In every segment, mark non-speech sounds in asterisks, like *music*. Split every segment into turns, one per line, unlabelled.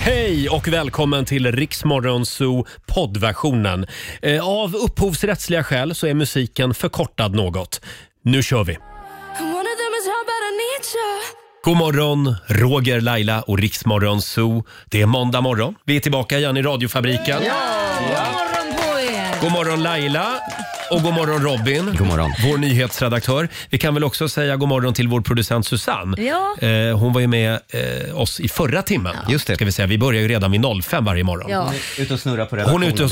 Hej och välkommen till Riksmorgonzoo poddversionen. Eh, Av upphovsrättsliga skäl så är musiken förkortad något. Nu kör vi! God morgon, Roger, Laila och Riksmorgonzoo. Det är måndag morgon. Vi är tillbaka igen i radiofabriken.
God morgon på er!
God morgon Laila och god morgon Robin, god morgon. vår nyhetsredaktör. Vi kan väl också säga god morgon till vår producent Susanne.
Ja.
Eh, hon var ju med eh, oss i förra timmen. Just det. Ska vi, säga. vi börjar ju redan vid 05 varje morgon.
Ja.
Ut och snurra på
Hon
redaktionen.
är, ute och,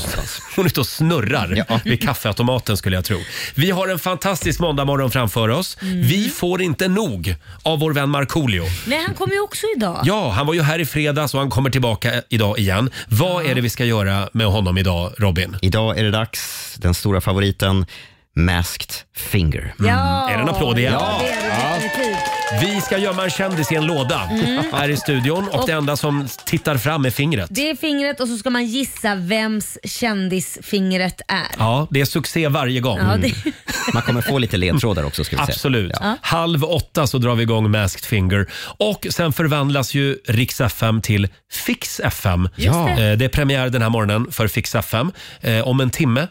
hon är ute och snurrar *laughs* vid kaffeautomaten skulle jag tro. Vi har en fantastisk måndagmorgon framför oss.
Mm.
Vi får inte nog av vår vän Markoolio.
Nej, han kommer ju också idag.
Ja, han var ju här i fredags och han kommer tillbaka eh, idag igen. Vad är det vi ska göra med honom idag, Robin?
Idag är det dags, den stora favoriten, Masked Finger.
Ja.
Mm. Är det en applåd igen?
Ja, det är det Mm. definitivt.
Vi ska gömma en kändis i en låda här i studion och, det enda som tittar fram är fingret.
Det är fingret och så ska man gissa vems kändisfingret är.
Ja, det är succé varje gång.
Ja, det,
Mm.
Man kommer få lite ledtrådar också ska vi säga.
Absolut.
Ja.
Halv åtta så drar vi igång Masked Finger. Och sen förvandlas ju Rix FM till Fix FM.
Ja.
Eh, Det är premiär den här morgonen för Fix FM. Eh, Om en timme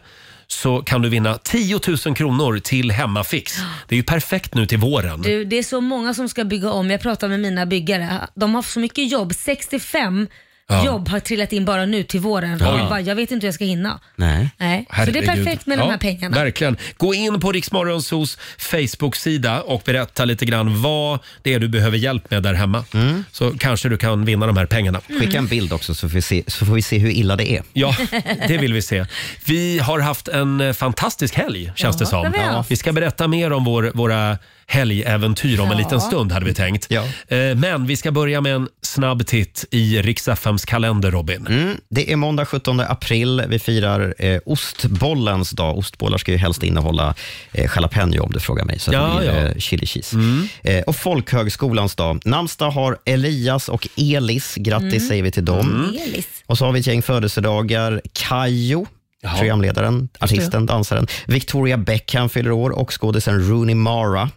så kan du vinna 10 000 kronor till Hemmafix. Det är ju perfekt nu till våren.
*laughs* du, det är så många som ska bygga om. Jag pratar med mina byggare. De har haft så mycket jobb. 65
Ja.
jobb har trillat in bara nu till våren. Och Jag, bara, jag vet inte hur jag ska hinna. *laughs*
Nej.
Nej. Så det
Herregud.
är perfekt med de
Ja,
här pengarna.
Verkligen. Gå in på Riksmorgonsos Facebook-sida och berätta lite grann vad det är du behöver hjälp med där hemma. Så kanske du kan vinna de här pengarna.
Mm.
Mm.
Skicka en bild också så får, vi se, så får vi se hur illa det är.
Ja, det vill vi se. Vi har haft en eh, fantastisk helg känns
Ja,
det
det
som.
har vi haft.
Vi ska berätta mer om vår, våra helgäventyr om en
Ja.
liten stund hade vi tänkt.
Ja.
Eh, Men vi ska börja med en snabb titt i Riks-FMs kalender, Robin.
Mm, det är måndag 17 april. Vi firar eh, ostbollens dag. Ostbollar ska ju helst innehålla eh, jalapeno om du frågar mig. Så att
Ja,
det blir
ja. Mm.
eh, chili cheese. Eh, och folkhögskolans dag. Namnsdag har Elias och Elis. Grattis säger vi till dem.
Mm.
Elis.
Och så har vi ett gäng födelsedagar. Kayo, programledaren, artisten, dansaren. Victoria Beckham fyller år och skådisen Rooney Mara.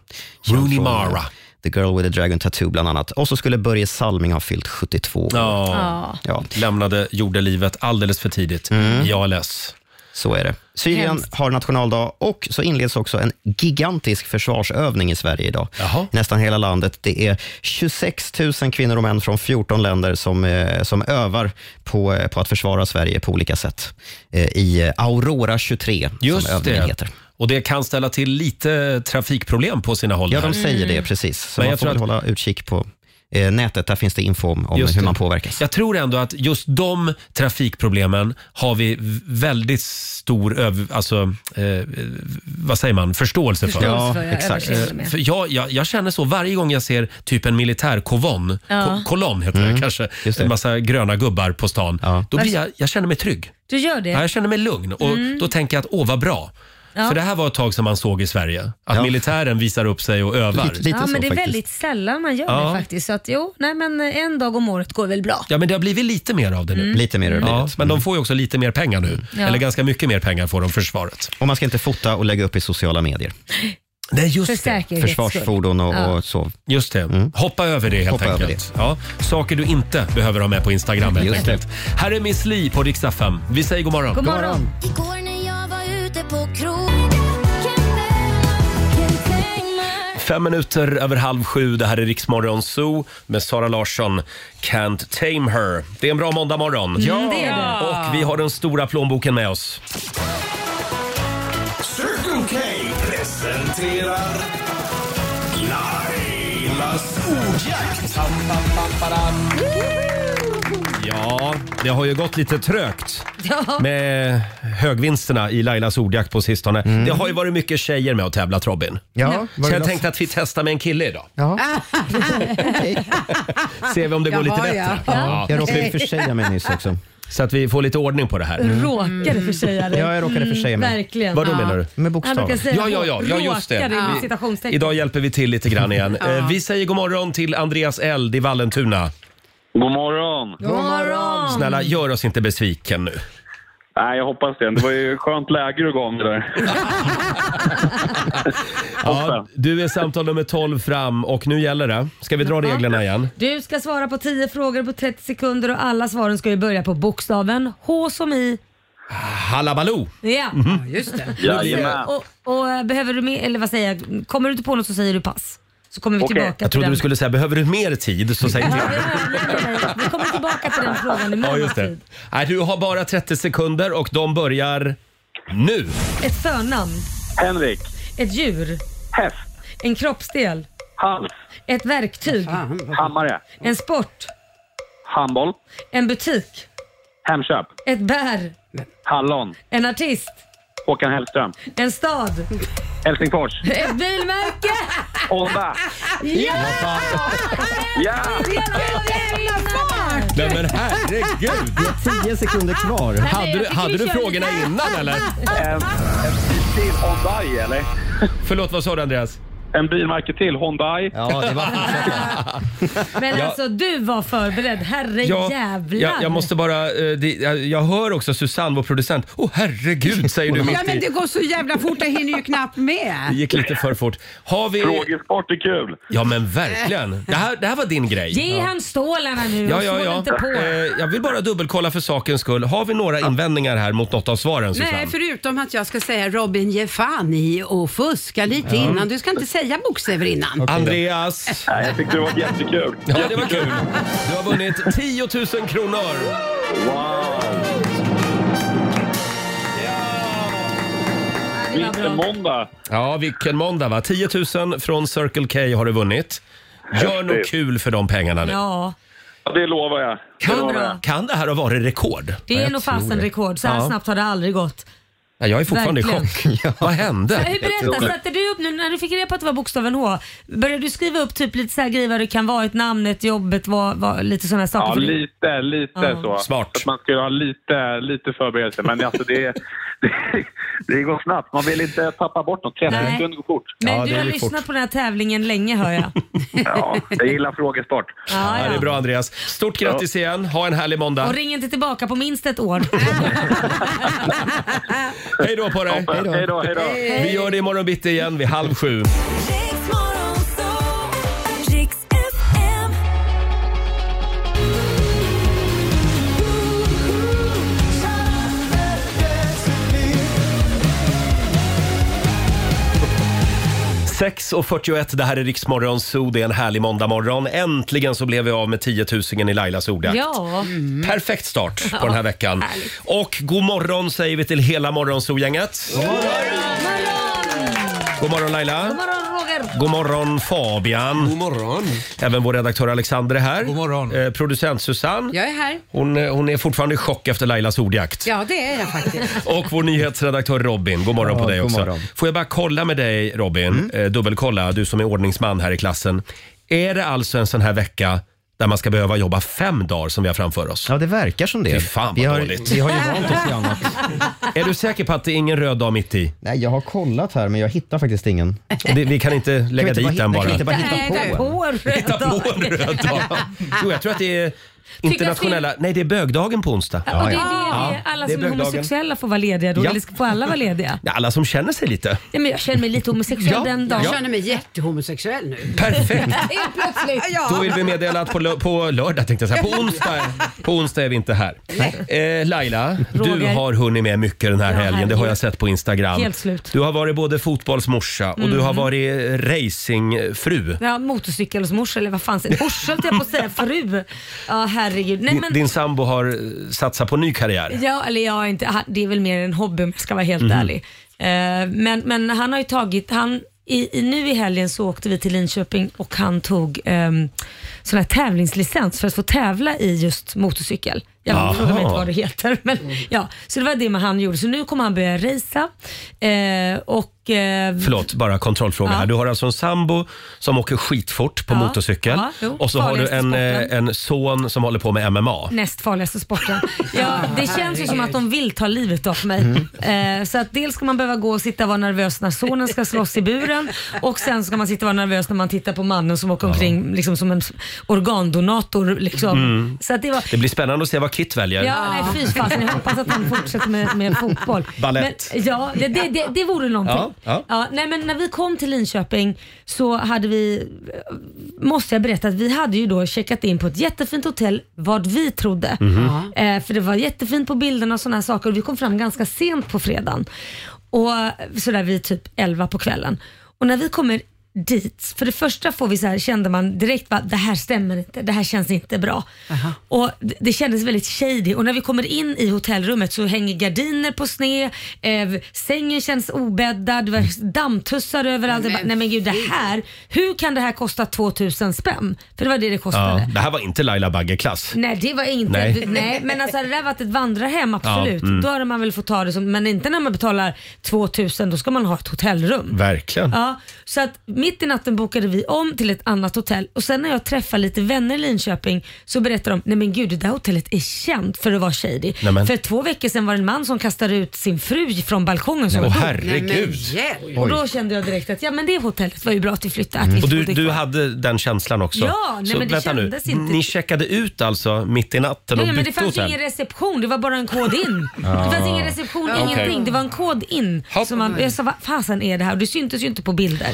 Känd
Rooney
från,
Mara.
eh, The Girl with the Dragon Tattoo bland annat. Och så skulle Börje Salming ha fyllt 72 år.
Ja.
Ja.
Ja, Mm.
Lämnade jordelivet alldeles för tidigt. I ALS.
så är det. Syrien
Hemskt.
har nationaldag och så inleds också en gigantisk försvarsövning i Sverige idag.
Jaha.
Nästan hela landet. Det är 26 000 kvinnor och män från 14 länder som, eh, som övar på, eh, på att försvara Sverige på olika sätt. Eh, I eh, Aurora 23, som
Just
övningen
det.
heter.
Och det kan ställa till lite trafikproblem på sina håll.
Ja, de
här.
säger
Mm.
det precis. Så
Men jag
man får
tror
väl hålla utkik på eh, nätet. Där finns det info om, om
Just
hur
det.
man påverkas.
Jag tror ändå att just de trafikproblemen har vi v- väldigt stor öv, alltså, eh, vad säger man, förståelse för. Eh,
Förståelse
Ja,
för, jag
exakt.
överseende med.
För jag, jag, jag känner så varje gång jag ser typ en militärkolonn,
Ja.
ko- kolonn heter det kanske,
Mm, just det.
en massa gröna gubbar på stan.
Ja.
Då blir jag, jag känner mig trygg.
Du gör det?
Ja, jag känner mig lugn och
Mm.
då tänker jag att åh vad bra.
Ja.
För det här var ett tag som man såg i Sverige, att
Ja.
militären visar upp sig och övar.
Lite, lite
ja,
så
men det är
faktiskt.
väldigt sällan man gör
Ja.
det faktiskt. Så att jo, nej men eh, en dag om året går väl bra.
Ja, men det har blivit lite mer av det nu.
Lite mer
Ja,
ur livet. Mm.
men de får ju också lite mer pengar nu.
Mm. Ja.
Eller ganska mycket mer pengar får de försvaret.
Och man ska inte fota och lägga upp i sociala medier.
Nej,
För
just det.
säkerhets skull.
Försvarsfordon och, och så. Mm.
Just det. Hoppa över det helt
Hoppa över
enkelt. Ja, saker du inte behöver ha med på Instagram helt
Just det.
enkelt. Här är Miss Li på riksdag 5. Vi säger god morgon.
God morgon.
Igår när jag var ute på krogen
Fem minuter över halv sju. Det här är Riksmorgon Zoo med Sara Larsson. Can't tame her. Det är en bra måndagmorgon.
Mm, det är det.
Och vi har den stora plånboken med oss.
Circle K presenterar Lailas ordjakt.
Ja, det har ju gått lite trögt.
Ja.
*laughs* med högvinsterna i Lailas ordjakt på sistone. Det har ju varit mycket tjejer med och tävlat Robin.
Mm. Ja, var
Så
det
jag
något-
tänkte att vi testar med en kille idag. *laughs*
Ja.
Ser vi om det går lite bättre. Ja.
Jag råkade ju försäga mig nyss också.
Så att vi får lite ordning på det här.
Råkade försäga dig.
Mm.
Mm,
Ja, jag råkade försäga mig.
Verkligen.
Vad då menar du?
Med
Han brukar
bokstaven.
säga
Ja, ja, ja, ja, just det.
råkade
Ja.
i citationstecken.
Idag hjälper vi till lite grann
*laughs*
igen. Eh, Vi säger god morgon till Andreas Eld i Vallentuna.
God morgon!
God morgon.
Snälla, gör oss inte besviken nu.
Nej, jag hoppas det. Det var ju skönt läge du gav mig där.
Ja, du är samtal nummer 12 fram och nu gäller det. Ska vi dra reglerna igen?
Du ska svara på 10 frågor på 30 sekunder och alla svaren ska ju börja på bokstaven H som i.
Hallabaloo!
Ja.
Ja, just det.
Jajamän.
Och, och eh, behöver du mer, eller vad säger jag, kommer du inte på något så säger du pass. Så kommer vi
Okej.
tillbaka
Jag
till
trodde
den.
du skulle säga, behöver du mer tid? Så säg
Ja,
inte
nej,
jag.
nej, nej, nej. Vi kommer tillbaka till den frågan i
*laughs* Ja,
ja,
just det.
tid.
Nej, du har bara 30 sekunder och de börjar nu.
Ett förnamn,
Henrik.
ett djur,
Häst.
en kroppsdel,
Hals.
ett verktyg,
Fan, vad-
Hammare.
en sport,
Handboll.
en butik,
Hemköp.
ett bär,
Hallon.
en artist,
Håkan Hellström.
en stad,
Helsingfors.
ett bilmärke.
Honda.
Ja!
Ja!
Det var vinnaren!
Nej men herregud!
10 sekunder kvar.
Hade du, hade du frågorna innan eller?
En, en bil till Hyundai, eller?
Förlåt, vad sa du Andreas?
En bilmärke till Hyundai.
Ja, det var
*laughs* Men
Ja.
alltså du var förberedd, herre jävlar.
jag, jag måste bara... eh, det- Jag, jag hör också Susanne, vår producent. Åh oh, herregud, säger du
Ja,
mitt
men
i.
det går så jävla fort, jag hinner ju knappt
Det
med.
gick lite för fort. Har vi...
Frågesport är kul.
Ja men verkligen. Det här, det här var din grej.
Eh. Ge han stålarna nu
Ja,
och
ja,
slå
ja.
inte på.
Eh, Jag vill bara dubbelkolla för sakens skull. Har vi några invändningar här mot något av svaren Susanne?
Nej, förutom att jag ska säga Robin, ge fan i och fuska lite innan. Du ska inte säga bokstäver innan.
Andreas!
Nej, jag tyckte det var jättekul.
Ja, det var kul. Du har vunnit 10 000 kronor.
Wow!
Det var bra.
Vilken måndag!
Ja, vilken måndag va? 10 000 från Circle K har du vunnit. Gör något kul för de pengarna nu.
Ja,
Ja, Det lovar jag. Det
Kan,
lovar jag.
bra.
kan det här ha varit rekord?
det är nog fasen rekord. Så här
Ja.
snabbt har det aldrig gått.
Ja, jag är fortfarande i
Verkligen.
chock. *laughs* Vad hände?
Hur berätta, satte du upp nu när du fick reda på att det var bokstaven H? Började du skriva upp typ lite så här grejer vad det kan vara, ett namn, ett jobbet, vad, vad, lite sådana saker?
Ja,
för dig?
lite, lite
Ja.
så.
Smart.
Att man ska ju ha lite, lite förberedelse. Men alltså det, det, det går snabbt. Man vill inte tappa bort något. 30
Nej.
sekunder går fort.
Men
Ja, det
du
är
har
ju
lyssnat
fort.
på den här tävlingen länge
*laughs*
hör jag.
Ja, jag gillar frågesport.
*laughs* Ja,
Ja, det är
ja.
bra Andreas. Stort grattis igen. Ha en härlig
Och
måndag.
ring inte tillbaka på minst
*laughs*
ett år.
Hej då på dig.
Toppen. Hej då, hej då.
Vi gör det imorgon bitti igen vid halv sju.
Riks Morgonzoo, Riks FM.
Sex och 41, det här är Riksmorgon Zoo. Det är en härlig måndagmorgon. Äntligen så blev vi av med 10 000 i Lailas ordjakt.
Ja.
Perfekt start på den här veckan. Och god morgon säger vi till hela Morgonzoo-gänget. God morgon! God morgon
God
Laila.
morgon Roger.
God morgon Fabian.
God morgon.
Även vår redaktör Alexander är här.
God morgon.
Eh, producent Susanne.
Jag är här.
Hon, eh, hon är fortfarande i chock efter Lailas ordjakt.
Ja, det är jag faktiskt.
Och vår nyhetsredaktör Robin, god morgon
Ja,
på dig
god
också.
morgon. Mm.
Får jag bara kolla med dig Robin, eh, dubbelkolla, du som är ordningsman här i klassen. Är det alltså en sån här vecka där man ska behöva jobba fem dagar som vi har framför oss?
Ja, det verkar som det.
Fy fan, vad
vi, har,
dåligt.
vi har ju vant oss vid annat.
*laughs* Är du säker på att det är ingen röd dag mitt i?
Nej, jag har kollat här men jag hittar faktiskt ingen.
Det, vi kan inte lägga
inte
dit den
bara hitta-
bara.
kan inte bara
Nej,
hitta
där
på. en?
på en röd
Hitta
dag.
på en röd
*laughs*
dag. Jo, jag tror att det är internationella... Nej, det är bögdagen på onsdag.
Och det är det,
Ja,
alla
det är
som är
bögdagen.
homosexuella får vara lediga då.
Ja.
Eller ska få alla vara lediga?
Ja, Alla som känner sig lite.
Ja, men jag känner mig lite homosexuell
Ja,
den dagen.
Jag känner mig jättehomosexuell nu. *laughs*
Perfekt!
Helt plötsligt.
Då vill vi meddela att på, lö- på lördag tänkte jag säga, på onsdag, på onsdag är vi inte här. Eh, Laila, du
Roger.
har hunnit med mycket den här
Ja,
helgen. Det har
herregud.
jag sett på Instagram.
Helt slut. Mhm.
Du har varit både fotbollsmorsa och du har varit racingfru.
Ja, motorcykelsmorsa eller vad fan säger Morsa höll jag på att säga, fru. Ja herregud. Nej,
Din,
men,
din sambo har eh, satsat på ny karriär.
Ja, eller jag är inte, han- det är väl mer en hobby om jag ska vara helt
Mhm.
ärlig. Eh, men, men han har ju tagit, han, i, i, nu i helgen så åkte vi till Linköping och han tog um, sån här tävlingslicens för att få tävla i just motorcykel. Jag frågar mig inte vad det *laughs*
Mm.
heter. Men, ja. Så det var det man han gjorde. Så nu kommer han börja racea eh, och eh,
Förlåt, bara kontrollfråga
Ja.
här. Du har alltså en sambo som åker skitfort på
Ja.
motorcykel
Ja, jo.
och så har du
Farligaste
en, eh,
sporten.
en son som håller på med MMA.
näst farligaste sporten. Ja, det känns ju som att de vill ta livet av mig. Eh, så att dels ska man behöva gå och sitta och vara nervös när sonen ska slåss i buren och sen ska man sitta och vara nervös när man tittar på mannen som åker omkring liksom, som en s- organdonator. Liksom. Så att det var...
Det blir spännande att se vad Kit väljer.
Ja, nej fy fasen. Jag hoppas att han fortsätter med, med fotboll.
Ballett.
Men, ja, det, det, det, det vore någonting.
Ja, ja.
nej, men när vi kom till Linköping så hade vi, eh, måste jag berätta, att vi hade ju då checkat in på ett jättefint hotell, vad vi trodde.
Mhm.
Eh, för det var jättefint på bilderna och sådana här saker. Och vi kom fram ganska sent på fredagen. Och sådär vid typ 11 på kvällen. Och när vi kommer dit, för det första får vi så här, kände man direkt att det här stämmer inte, det här känns inte bra. Och det, det kändes väldigt shady och när vi kommer in i hotellrummet så hänger gardiner på sned, eh, sängen känns obäddad, det var dammtussar överallt. Jag bara, Nej men gud det här, hur kan det här kosta 2000 spänn? För det var det det kostade.
Ja, det här var inte Laila Bagge-klass.
Nej det var inte,
Nej.
*laughs* nej. men alltså hade det där varit ett vandrarhem absolut,
Ja, mm.
då hade man väl fått ta det som, men inte när man betalar 2000 då ska man ha ett hotellrum.
Verkligen.
Ja, så att mitt i natten bokade vi om till ett annat hotell och sen när jag träffar lite vänner i Linköping så berättar de, nej men gud det där hotellet är känt för att vara shady.
Nej, men.
För två veckor sedan var det en man som kastade ut sin fru från balkongen som
Åh
dog.
Nej, men
herregud.
hjälp.
Och då kände jag direkt att ja men det hotellet var ju bra att vi flyttade. Att vi
Mm. Och du,
bodde
du
kvar.
hade den känslan också?
Ja, nej,
Så
men det
vänta nu.
kändes inte-
Ni checkade ut alltså mitt i natten och
Nej, men det
bytte
fanns ju
hotell? Ah.
ingen reception, det var bara en kod
*laughs*
in. Det fanns ingen reception, ingenting. Det var en kod in.
Hopp.
Som man, jag sa, vad fasen är det här? Och det syntes ju inte på bilder.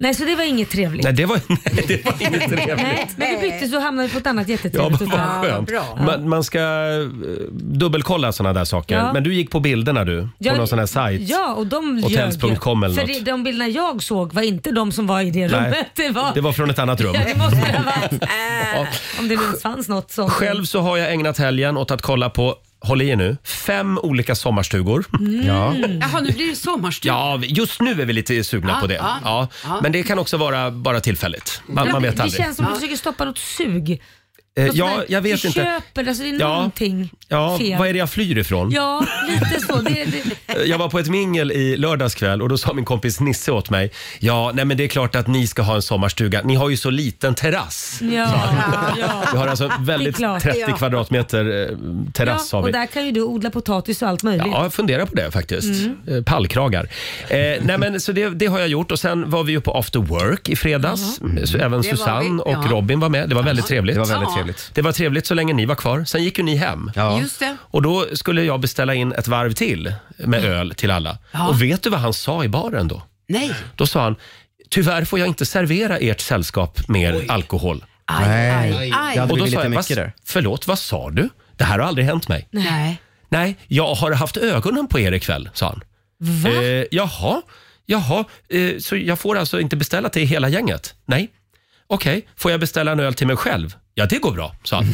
Nej, så det var inget trevligt.
Nej, det var, *laughs* nej, det var inget trevligt.
Nej, men vi bytte så hamnade vi på ett annat
Ja,
jättetrevligt
men
hotell.
vad skönt. Man, man ska eh, dubbelkolla sådana där saker.
Ja.
Men du gick på bilderna du, på
Ja,
någon sån här sajt.
Ja, och de ljög.
Hotels.com eller
För
något.
det- de bilderna jag såg var inte de som var i det rummet. Det var...
det var från ett annat rum.
Ja, *laughs* det måste det ha
*laughs*
varit. Om det nu ens fanns något sånt.
Själv så har jag ägnat helgen åt att kolla på, håll i er nu, fem olika sommarstugor.
Mm.
Ja.
Jaha, nu blir det sommarstuga.
Ja, vi- just nu är vi lite sugna
Ja,
på det. Ja,
ja, ja.
Men det kan också vara bara tillfälligt. Man,
Ja,
man
det-
vet
det
aldrig.
känns som att du försöker stoppa något sug.
Eh,
Något sånt
ja,
där,
jag vet
du
inte.
köper, alltså det är
Ja.
någonting
Ja,
fel.
vad är det jag flyr ifrån?
Ja, lite så. Det, det...
Eh, Jag var på ett mingel i lördags kväll och då sa min kompis Nisse åt mig. Ja, nej men det är klart att ni ska ha en sommarstuga. Ni har ju så liten terrass.
Ja,
Vi har
*laughs*
alltså väldigt
Mm. klart.
30
Ja.
kvadratmeter eh,
ja.
terrass har
Och
vi.
där kan ju du odla potatis och allt möjligt.
Ja, jag funderar på det faktiskt.
Mm.
Eh, Pallkragar. Eh, nej men, så det, det har jag gjort och sen var vi ju på after work i fredags. Mm. Så även
var
Susanne
vi,
och
ja.
Robin var med. Det var väldigt trevligt.
Det var väldigt
Ja.
trevligt.
Det var trevligt så länge ni var kvar. Sen gick ju ni hem.
Ja.
Just det.
Och då skulle jag beställa in ett varv till med
Mm.
öl till alla.
Ja.
Och vet du vad han sa i baren då?
Nej.
Då sa han, tyvärr får jag inte servera ert sällskap mer alkohol.
Aj,
Nej.
aj,
Jag
aj.
hade-
Och då
blivit
sa jag,
lite
"Vad-
mycket där."
förlåt, vad sa du? Det här har aldrig hänt mig.
Nej.
Nej, jag har haft ögonen på er ikväll, sa han.
Va?
Eh, jaha, jaha, eh, så jag får alltså inte beställa till hela gänget? Nej. Okej, får jag beställa en öl till mig själv? Ja, det går bra,
*laughs*
sa han.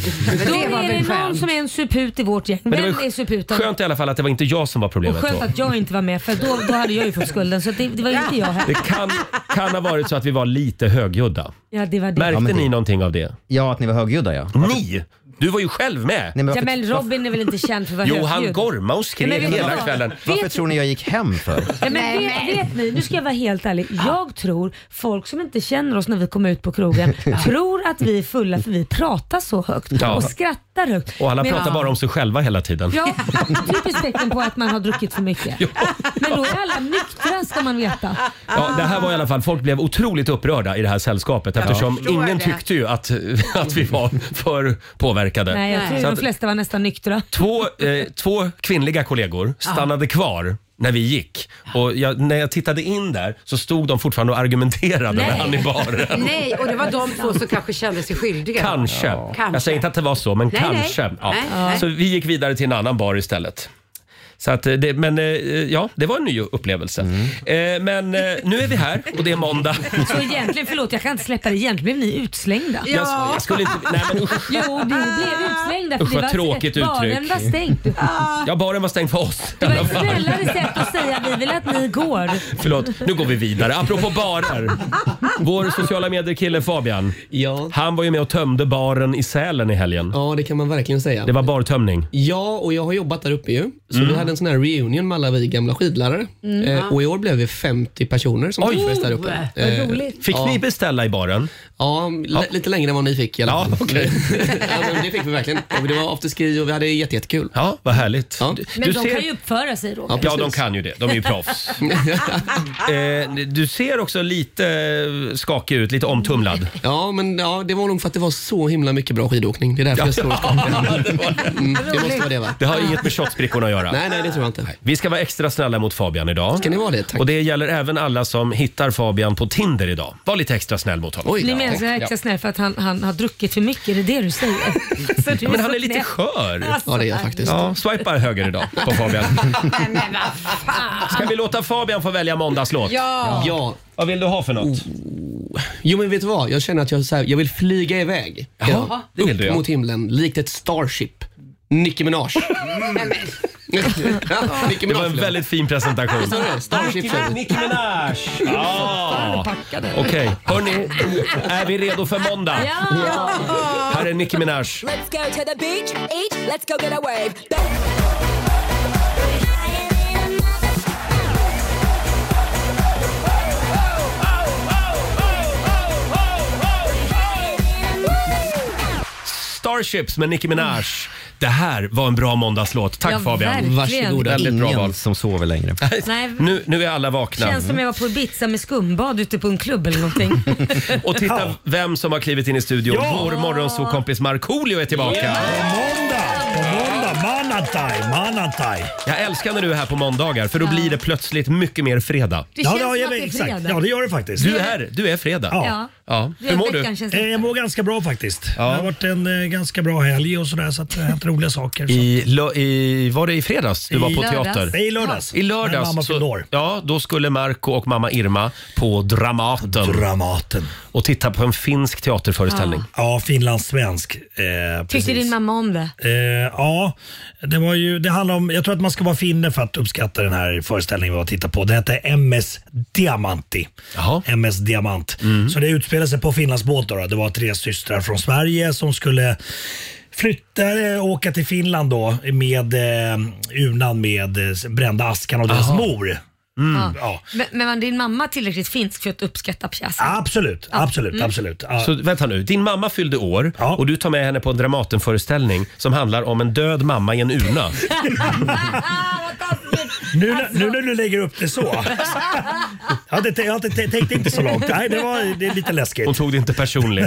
Då
var
är
väl
det någon
skönt.
som är en suput i vårt gäng. Vem
det var ju
är suputen?
Skönt i alla fall att det var inte jag som var
Och
problemet
skönt
då.
att jag inte var med för då, då hade jag ju fått skulden. Så det, det var ju inte jag
Det
här.
kan, kan ha varit så att vi var lite högljudda.
Ja, det var det.
Märkte
men det-
ni någonting av det?
Ja, att ni var högljudda ja.
Ni? Du var ju själv med!
Nej,
Ja,
varför,
men Robin är väl inte känd för att vara
jo, han
högljudd?
gormade och
Nej,
skrek
men vet du
hela
vad?
kvällen.
varför tror ni jag gick hem för?
Ja, men vet, vet ni, nu ska jag vara helt ärlig. Jag tror folk som inte känner oss när vi kommer ut på krogen
*laughs*
tror att vi är fulla för vi pratar så högt
Ja.
och skrattar högt.
Och alla
Medan-
pratar bara om sig själva hela tiden.
Ja, *laughs* typiskt tecken på att man har druckit för mycket. Men då är alla nyktra ska man veta.
Ja, det här var i alla fall, folk blev otroligt upprörda i det här sällskapet eftersom
förstår
ingen
det.
tyckte ju att, *laughs* att vi var för påverkade.
Nej, jag tror
Så
de
att
flesta var nästan nyktra.
två, eh, två kvinnliga kollegor stannade kvar när vi gick och jag, när jag tittade in där så stod de fortfarande och argumenterade med
Nej.
han i baren.
*laughs*
Nej, och det var de två som kanske kände sig skyldiga.
Kanske.
Kanske.
Jag säger inte att det var så, men
Nej, nej.
kanske. Ja.
Nej, nej.
Så vi gick vidare till en annan bar istället. Så att eh, det, men eh, ja, det var en ny upplevelse. Eh, Men eh, nu är vi här och det är måndag.
Mm. *laughs* Så egentligen, förlåt jag kan inte släppa det, egentligen blev ni utslängda.
Jag, jag skulle inte, nej, men usch.
Jo, ni blev utslängda för
Usch, vad
det var,
tråkigt
baren
uttryck.
var stängd.
*laughs* Ja, baren var stängd för oss.
Ah.
*laughs*
Det var ett snällare sätt att säga vi vill att ni går.
Förlåt, nu går vi vidare. Apropå barer. Vår sociala medier-kille Fabian,
Ja.
han var ju med och tömde baren i Sälen i helgen.
ja, det kan man verkligen säga.
Det var bartömning. Mm.
Ja, och jag har jobbat där uppe ju. Så vi hade hade en sån här reunion med alla vi gamla skidlärare.
Mm.
Eh, och i år blev vi 50 personer som
Oj.
träffades där uppe.
Vad
Eh,
Fick ni beställa i baren?
Ja, l- lite längre än vad ni fick i alla
Ja,
fall. *laughs* ja, men det fick vi verkligen. Och det var afterski och vi hade jätte- jättekul.
Ja, vad härligt.
Ja.
Du-
Men
du
de
ser-
kan ju uppföra sig Roger.
Ja, de kan ju det. De är ju proffs.
*laughs*
eh, du ser också lite eh, skakig ut, lite omtumlad.
Ja, men ja, det var nog för att det var så himla mycket bra skidåkning. Det är därför jag står och skakar. Mm, det måste vara det va?
Det har inget med shotsbrickorna att göra.
Nej, nej, det tror jag inte.
Vi ska vara extra snälla mot Fabian idag.
Kan ni vara det? Tack.
Och det gäller även alla som hittar Fabian på Tinder idag. Var lite extra snäll mot honom.
Oj,
Ni
ja.
menar så här extra
Ja.
snäll för att han, han har druckit för mycket? Är det det
*laughs*
du säger? Så du
Men han
så
är lite
knäpp.
skör.
Alltså,
Ja, det är jag faktiskt.
Ja, swipa höger idag på Fabian.
Nej, men vad fan.
Ska vi låta Fabian få välja måndagslåt?
Ja.
Ja, Oh.
Vad vill du ha för något?
jo men vet du vad? Jag känner att jag, så här, jag vill flyga iväg.
Jaha, det vill
Upp
du, ja.
mot himlen, likt ett Starship. Nicki
*laughs*
Minaj.
Nej, men,
Ja, Nicki
Mm. Det var
Minaj,
en
förlåt.
väldigt fin presentation.
Vad sa du? Starship säger vi.
Nicki Minaj!
Ah.
Ja. Okej, hörni. Är vi redo för måndag?
Ja.
Här är Nicki Minaj.
Let's go to the beach, eat, let's go get a wave.
Starships med Nicki Minaj. Det här var en bra måndagslåt. Tack
Ja,
Fabian.
verkligen.
Varsågoda.
Väldigt bra val.
Ingen som
*laughs*
sover längre.
Nej, det
Nu, nu är alla vakna.
känns som jag var på Ibiza med skumbad ute på en klubb eller någonting.
*laughs* Mm. Och titta vem som har klivit in i studion. Vår morgonsokompis Markoolio är tillbaka.
Måndag, på måndag, manatay, manatay.
Jag älskar när du är här på måndagar för då blir det plötsligt mycket mer fredag.
Det känns
ja,
som att det är
exakt.
fredag.
Ja, det gör det faktiskt.
Du är, du är fredag.
Ja.
Ja.
Ja. Hur
Hela
mår
veckan
du?
känns
Eh,
lite-
Jag mår ganska bra faktiskt.
Ja.
Det har varit en eh, ganska bra helg och sådär så att det har hänt roliga saker. Så.
I, lö- i, var det i fredags du var på
lördags.
teater?
Nej, I lördags.
I
När
lördags
mamma fyllde
så,
år.
ja, då skulle Marco och mamma Irma på Dramaten
Dramaten.
och titta på en finsk teaterföreställning.
Ja, finlandssvensk. Eh,
Tyckte
precis.
din mamma om det?
Eh, ja, det var ju, det handlar om, jag tror att man ska vara finne för att uppskatta den här föreställningen vi var och tittade på. Den hette MS Diamanti.
Jaha. Mm.
MS Diamant. Så det utspelade sig på Finlands båt. Då, då. Det var tre systrar från Sverige som skulle flytta, eh, åka till Finland då med eh, urnan med eh, brända askan och deras mor.
Ja.
Mm.
ja.
Men, men var din mamma tillräckligt finsk för att uppskatta pjäsen? Mm.
Absolut, absolut, absolut. Ja.
Så vänta nu, din mamma fyllde år
Ja.
och du tar med henne på en Dramatenföreställning som handlar om en död mamma i en urna.
Nu, när- nu när *laughs* du lägger upp det så. jag, hade, jag, hade, jag tänkte inte så långt. Nej, det, var, det är lite läskigt.
Hon tog det inte
*laughs*
personligt.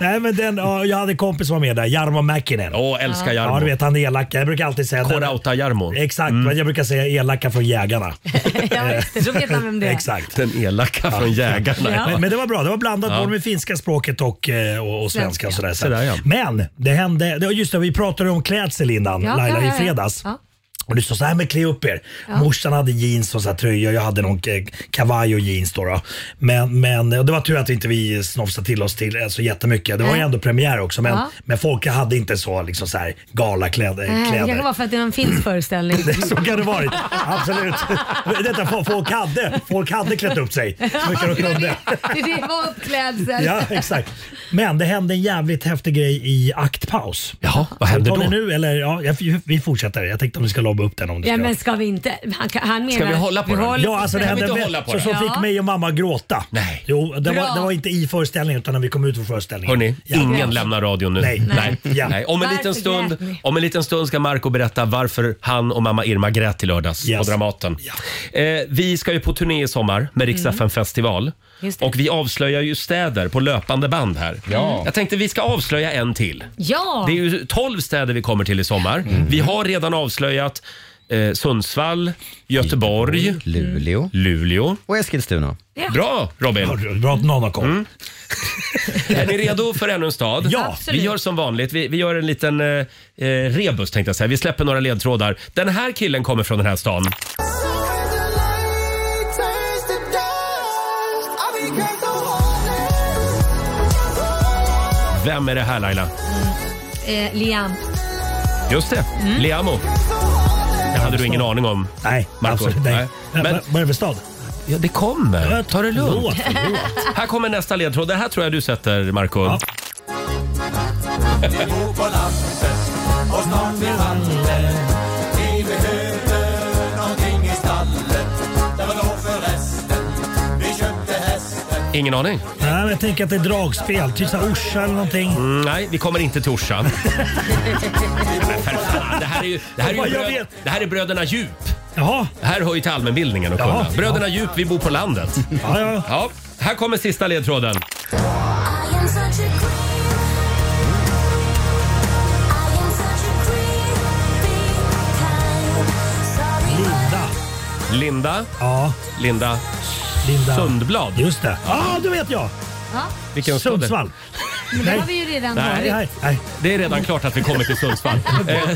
Nej, men den, ja, jag hade en kompis som var med där, Jarmo Mäkinen.
Åh, älskar
Ja, du
Jarmo. Mm.
vet han är elaka. Jag brukar alltid säga...
Korauta-Jarmo.
Exakt, men jag brukar säga elaka från jägarna.
*laughs* Ja, just det. Då vet man vem det är.
*laughs* Exakt.
Den elaka från jägarna.
Ja.
Men, men det var bra. Det var blandat både med finska språket och, eh, och, och svenska. Och sådär.
Så där, ja.
Men det hände, det- just det, vi pratade om klädsel innan
Ja,
Laila
ja, ja,
i
ja.
fredags.
Ja.
Och du sa så här med klä upp er. Morsan hade jeans och så här tröja. Jag hade någon eh, kavaj och jeans då. då. Men, men och det var tur att inte vi snofsade till oss till eh, så jättemycket. Det var ju
Nej.
ändå premiär också. Men,
Ja.
men folk hade inte så, liksom så här galakläder.
Nej, Det
kläder.
kanske var för att det var en
*laughs*
finsk föreställning.
Så kan det varit. Absolut. Detta, fo- folk, hade, folk hade klätt
*laughs*
upp sig så mycket de kunde.
*laughs* Det var
*laughs*
uppklädsel.
Ja, exakt. Men det hände en jävligt häftig grej i aktpaus.
Jaha, vad hände
Tar ni
då?
nu eller? Ja, jag- vi fortsätter. Jag tänkte om vi ska lobba upp den om du
Ja,
ska.
men ska vi inte? Han, kan- han menar...
vi hålla på
vi
den?
håller
Ja, alltså det
Kan vi
hände
inte
väl-
hålla på
så,
det?
som fick
Ja.
mig och mamma gråta.
Nej.
Jo, det
Bra.
var, det var inte i föreställningen utan när vi kom ut från föreställningen.
Hörni,
Ja.
ingen lämnar radion nu.
Nej.
Nej.
Ja.
Nej. Om, en liten
Varför grät
stund,
ni?
om en liten stund ska Marco berätta varför han och mamma Irma grät i lördags
Yes.
på Dramaten. Eh, vi ska ju på turné i sommar med Rix FM festival.
Mm. Just det.
Och vi avslöjar ju städer på löpande band här.
Ja.
Jag tänkte vi ska avslöja en till.
Ja!
Det är ju 12 städer vi kommer till i sommar.
Mm.
Vi har redan avslöjat eh, Sundsvall, Göteborg,
Luleå
Luleå.
och Eskilstuna.
Ja.
Bra Robin! Mm.
Bra att någon har koll.
Är ni redo för ännu en stad?
Ja.
Absolut.
Vi gör som vanligt. Vi, vi gör en liten eh, eh, rebus tänkte jag säga. Vi släpper några ledtrådar. Den här killen kommer från den här stan. Vem är det här Laila?
Eh, Liam.
Just det, Mm. Liamo. Det hade du ingen aning om.
Nej,
Marco,
absolut nej.
Alltså, nej.
Men,
Men-
vad är det för stad?
Ja, det kommer. Ta det lugnt.
Förlåt, förlåt.
Här kommer nästa ledtråd. Det här tror jag du sätter, Marco.
Ja.
Det bor på landet och snart blir han det.
*laughs* Ingen aning.
Nej, men jag tänker att det är dragspel. Typ såhär Orsa eller någonting.
Mm, nej, vi kommer inte till Orsa. Men för fan, det här är ju, det här är ju
Vad jag
bröd,
vet.
det här är Bröderna Djup.
Jaha.
Det här hör ju till allmänbildningen att kunna.
Jaha.
Bröderna Djup, vi bor på landet.
Ja, ja.
Ja, här kommer sista ledtråden.
*laughs* Linda.
Linda,
Ja,
Linda
Linda.
Sundblad.
Just det. Ja, ah, du vet jag.
Vilken stad är det?
Sundsvall.
Men det
Nej.
har vi ju redan
Nej,
varit.
nej, nej.
Det är redan klart att vi kommer till
*laughs*
Sundsvall. Eh,